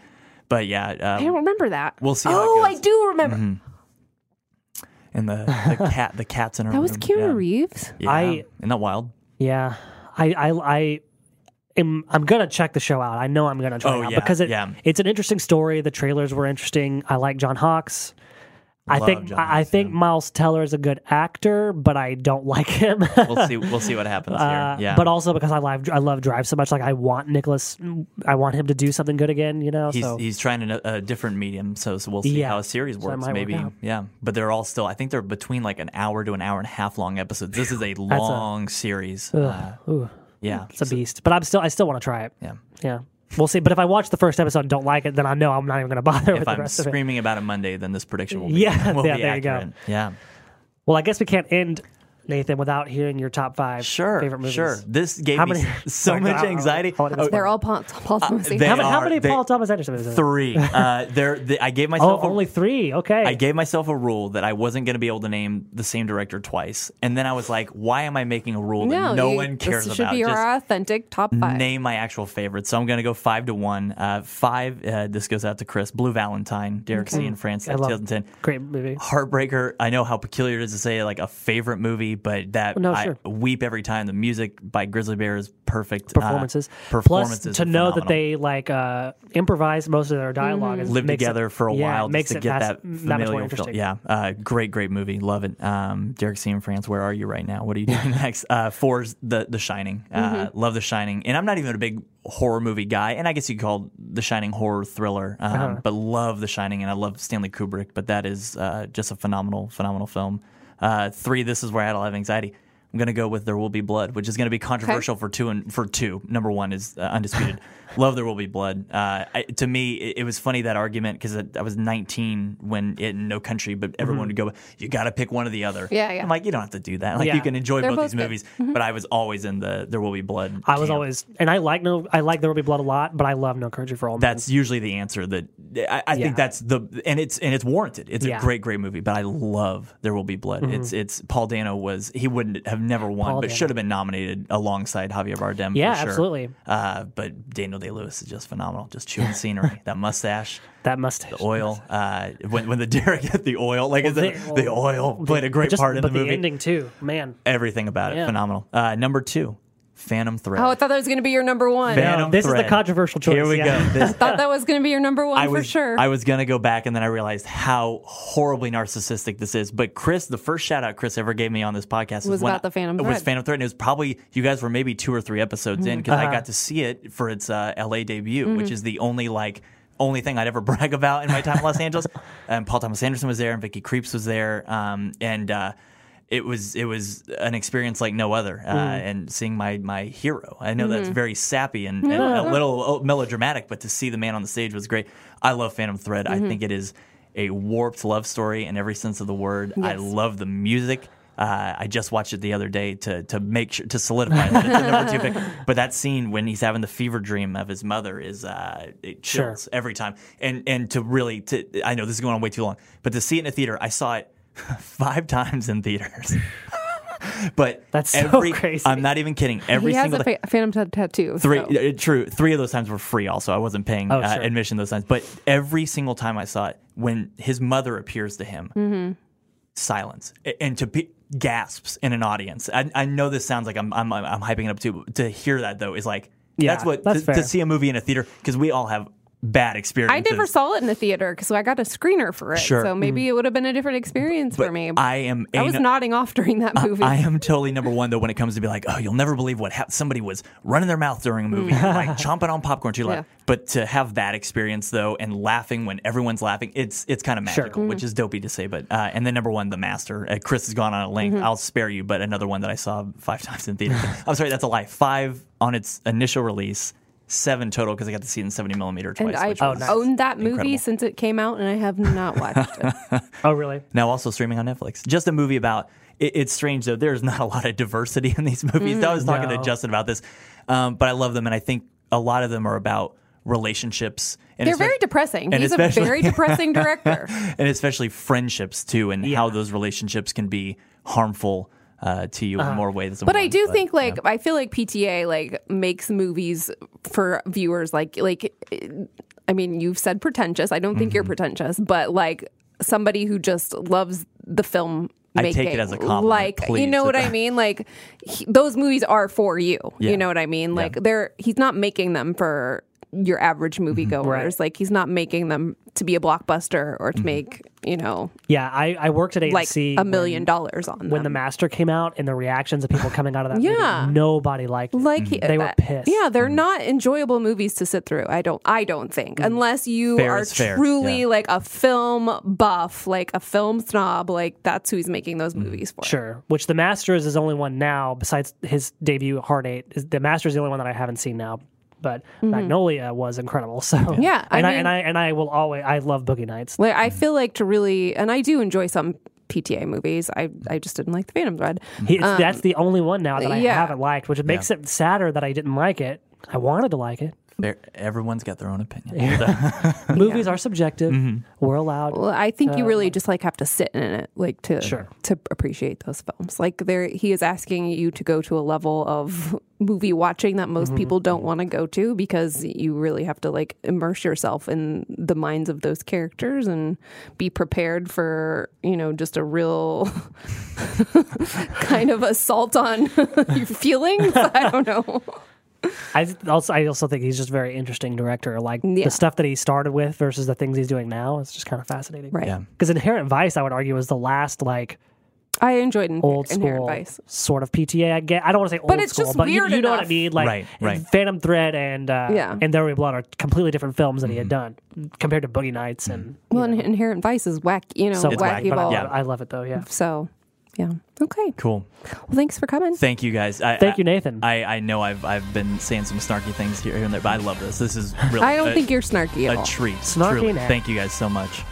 But yeah, I uh, don't remember that. we'll see. how Oh, it I goes. Mm-hmm. do remember. And the, the cat, the cat's in her. That was room. Keanu Yeah. Reeves. Yeah. I- isn't that wild? Yeah, I I I am. I'm gonna check the show out. I know I'm gonna try Oh, it out yeah, because it yeah. it's an interesting story. The trailers were interesting. I like John Hawks. I Love think John I, I Hawkes, think Miles Teller is a good actor, but I don't like him. We'll see. We'll see what happens Uh, here. Yeah, But also because I love I love Drive so much, like I want Nicholas, I want him to do something good again. You know, he's so he's trying a, a different medium, so, so we'll see Yeah. how a series it works. might work Maybe, out. yeah. But they're all still. I think they're between like an hour to an hour and a half long episodes. This is a a- long series. Uh, ooh, yeah, it's a beast. But I'm still I still want to try it. yeah. Yeah, we'll see. But if I watch the first episode and don't like it, then I know I'm not even going to bother If with the I'm rest of it. screaming about it Monday, then this prediction will be Yeah, will yeah, be there you go. accurate. Yeah. Well, I guess we can't end Nathan without hearing your top five Sure. favorite movies. Sure. This gave How me many- s- so Sorry, I- much I- I anxiety. wanted to Oh, explain. They're all Paul, Paul Thomas. Uh, they How, ma- how are- many they- Paul Thomas Anderson movies? are there? three. Uh, there, the, I gave Oh, myself a- only three. Okay. I gave myself a rule that I wasn't going to be able to name the same director twice, and then I was like, "Why am I making a rule that no you- one cares this should about?" be Just- our authentic top five. name my actual favorites. So I'm going to go five to one. Uh, five. Uh, this goes out to Chris. Blue Valentine, Derek C in France, I love- 2010. Great movie. Uh, Heartbreaker. I know how peculiar it is to say like a favorite movie, but that No, I sure. weep every time. The music by Grizzly Bear is perfect. Uh, Performances. performances. Plus, are to know that phenomenal. Mm-hmm. they like uh, improvise most of their dialogue is lived makes it- together for a yeah, while it just makes to it get fast- that that much more familial interesting. feel. Yeah, uh, great, great movie. Love it. Um, Derek C. in France, where are you right now? What are you doing next? Uh, four's The The Shining. Uh, Mm-hmm. Love The Shining. And I'm not even a big horror movie guy, and I guess you could call The Shining horror thriller, um, Uh-huh. but love The Shining, and I love Stanley Kubrick, but that is uh, just a phenomenal, phenomenal film. Uh, three, this is where I had a lot of anxiety. I'm gonna go with There Will Be Blood, which is gonna be controversial for two and for two. Number one is uh, undisputed. Love There Will Be Blood. Uh, I, to me, it, it was funny that argument because I, I was 19 when it in No Country, but everyone would go, "You got to pick one or the other." Mm-hmm. Yeah, yeah. I'm like, you don't have to do that. Like Yeah. you can enjoy They're both, both these good. Mm-hmm. movies, but I was always in the There Will Be Blood. I was camp. always, and I like no, I like There Will Be Blood a lot, but I love No Country for Old Men. That's usually the answer that I, I Yeah. think that's the and it's and it's warranted. It's Yeah. Mm-hmm. a great, great movie, but I love There Will Be Blood. It's it's Paul Dano was he wouldn't have never won, Paul but Dano. should have been nominated alongside Javier Bardem. Yeah, for sure. absolutely. Uh, but Daniel Day Lewis is just phenomenal, just chewing scenery, that mustache, that mustache. oil. Uh, when when the Derek hit the oil, like is they- it, the oil played a great Just- part in the but movie. ending too, man. Everything about it, Yeah. phenomenal. Uh, number two, Phantom Thread. Oh, I thought that was going to be your number one. Yeah. Phantom this is the Thread. controversial choice, Here we yeah. go. This, thought that was going to be your number one I for was sure. I was gonna go back, and then I realized how horribly narcissistic this is. But Chris, the first shout out Chris ever gave me on this podcast Was when about I- the Phantom It was Thread. Phantom Thread, and it was probably you guys were maybe two or three episodes in because Uh-huh. I got to see it for its uh, L.A. debut, Mm-hmm. which is the only like only thing I'd ever brag about in my time in Los Angeles. And Paul Thomas Anderson was there, and Vicky Creeps was there, um, and. Uh, it was it was an experience like no other, uh, Mm. and seeing my my hero. I know Mm-hmm. that's very sappy and, and a little oh, melodramatic, but to see the man on the stage was great. I love Phantom Thread. Mm-hmm. I think it is a warped love story in every sense of the word. I Yes. love the music. Uh, I just watched it the other day to to make sure to solidify that it's the number two pick. But that scene when he's having the fever dream of his mother is uh, it Sure. chills every time. And and to really to I know this is going on way too long, but to see it in a theater, I saw it five times in theaters. but That's so every, crazy. I'm not even kidding. Every he has single a ti- fa- Phantom Ted tattoo. Three, so. Oh, uh, true. Three of those times were free. Also, I wasn't paying uh, sure. admission those times. But every single time I saw it, when his mother appears to him, Mm-hmm. silence A- and to be, gasps in an audience. I, I know this sounds like I'm, I'm I'm hyping it up too. But to hear that though is like Yeah, that's what that's to, fair. to see a movie in a theater because we all have bad I experiences. never saw it in the theater because I got a screener for it. Sure. Mm. So maybe it would have been a different experience for But me. I am. I a- was nodding off during that movie. I am totally number one though when it comes to be like, oh, you'll never believe what hap somebody was running their mouth during a movie, like chomping on popcorn too loud. Mm. Yeah. But to have that experience though, and laughing when everyone's laughing, it's it's kind of Sure. magical, Mm. which is dopey to say. But uh, and then number one, The Master. Uh, Chris has gone on a Mm-hmm. length. I'll spare you, but another one that I saw five times in theater. I'm sorry, that's a lie. Five on its initial release, seven total because I got to see it in 70 millimeter twice. and I Oh, which was- nice. owned that movie Incredible. since it came out, and I have not watched it. Oh, really? now also streaming on Netflix. Just a movie about. It, it's strange though. There's not a lot of diversity in these movies. I Mm, was talking No. to Justin about this, um, but I love them, and I think a lot of them are about relationships. And They're espe- very depressing. and He's a especially- very depressing director. and especially friendships too, and how those relationships can be harmful uh, to you in more ways than Uh-huh. But one. I do think like I feel like PTA like makes movies for viewers like like I mean you've said pretentious. I don't think Mm-hmm. you're pretentious, but like somebody who just loves the film I making. take it as a compliment, Like you please. know what I mean? Like he, those movies are for you. Yeah. You know what I mean? Like they're he's not making them for your average Mm-hmm. moviegoers. Right. Like he's not making them to be a blockbuster or to Mm-hmm. make, you know, Yeah, I, I worked at like AMC a million dollars on when them. The Master came out, and the reactions of people coming out of that Yeah. movie, nobody liked it. like They were uh, pissed. Yeah, they're not enjoyable movies to sit through. I don't. I don't think unless you Fair are is fair, truly yeah. like a film buff, like a film snob. Like that's who he's making those movies for. Sure. Which the Master is his only one now, besides his debut Hard Eight. Is- The Master is the only one that I haven't seen now. But Magnolia was incredible. So Mm-hmm. Yeah, I and I, mean- and I and I will always I love Boogie Nights. Like I feel like to really, and I do enjoy some PTA movies. I I just didn't like the Phantom Thread. He, it's- that's the only one now that I Um, yeah. haven't liked, which makes it sadder that I didn't like it. I wanted to like it. They're- everyone's got their own opinion. Movies are subjective. We're allowed. Well, I think you really just like have to sit in it, like to Sure. to appreciate those films. Like there, he is asking you to go to a level of movie watching that Mm-hmm. most people don't want to go to because you really have to like immerse yourself in the minds of those characters and be prepared for you know just a real kind of assault on your feelings. I don't know. I th- also I also think he's just a very interesting director. Like Yeah. the stuff that he started with versus the things he's doing now is just kind of fascinating. Right. Yeah. Because Inherent Vice, I would argue, is the last like I enjoyed in- old Inherent school Vice. sort of PTA. I get. I don't want to say old it's school, just but you, weird you know what I enough. mean. Like Right, right. Phantom Thread and uh, Yeah. and There Will Be Blood are completely different films that he had done Mm-hmm. compared to Boogie Nights and Well, and Inherent Vice is whack, you know, so It's wacky wacky, But I, ball. love- I love it though. Yeah. So, yeah. Okay. Cool. Well, thanks for coming. Thank you guys. I, Thank I- you, Nathan. I, I know I've I've been saying some snarky things here and there, but I love this. This is really. I don't a- think you're snarky at a all. treat. Snarky truly. Nat. Thank you guys so much.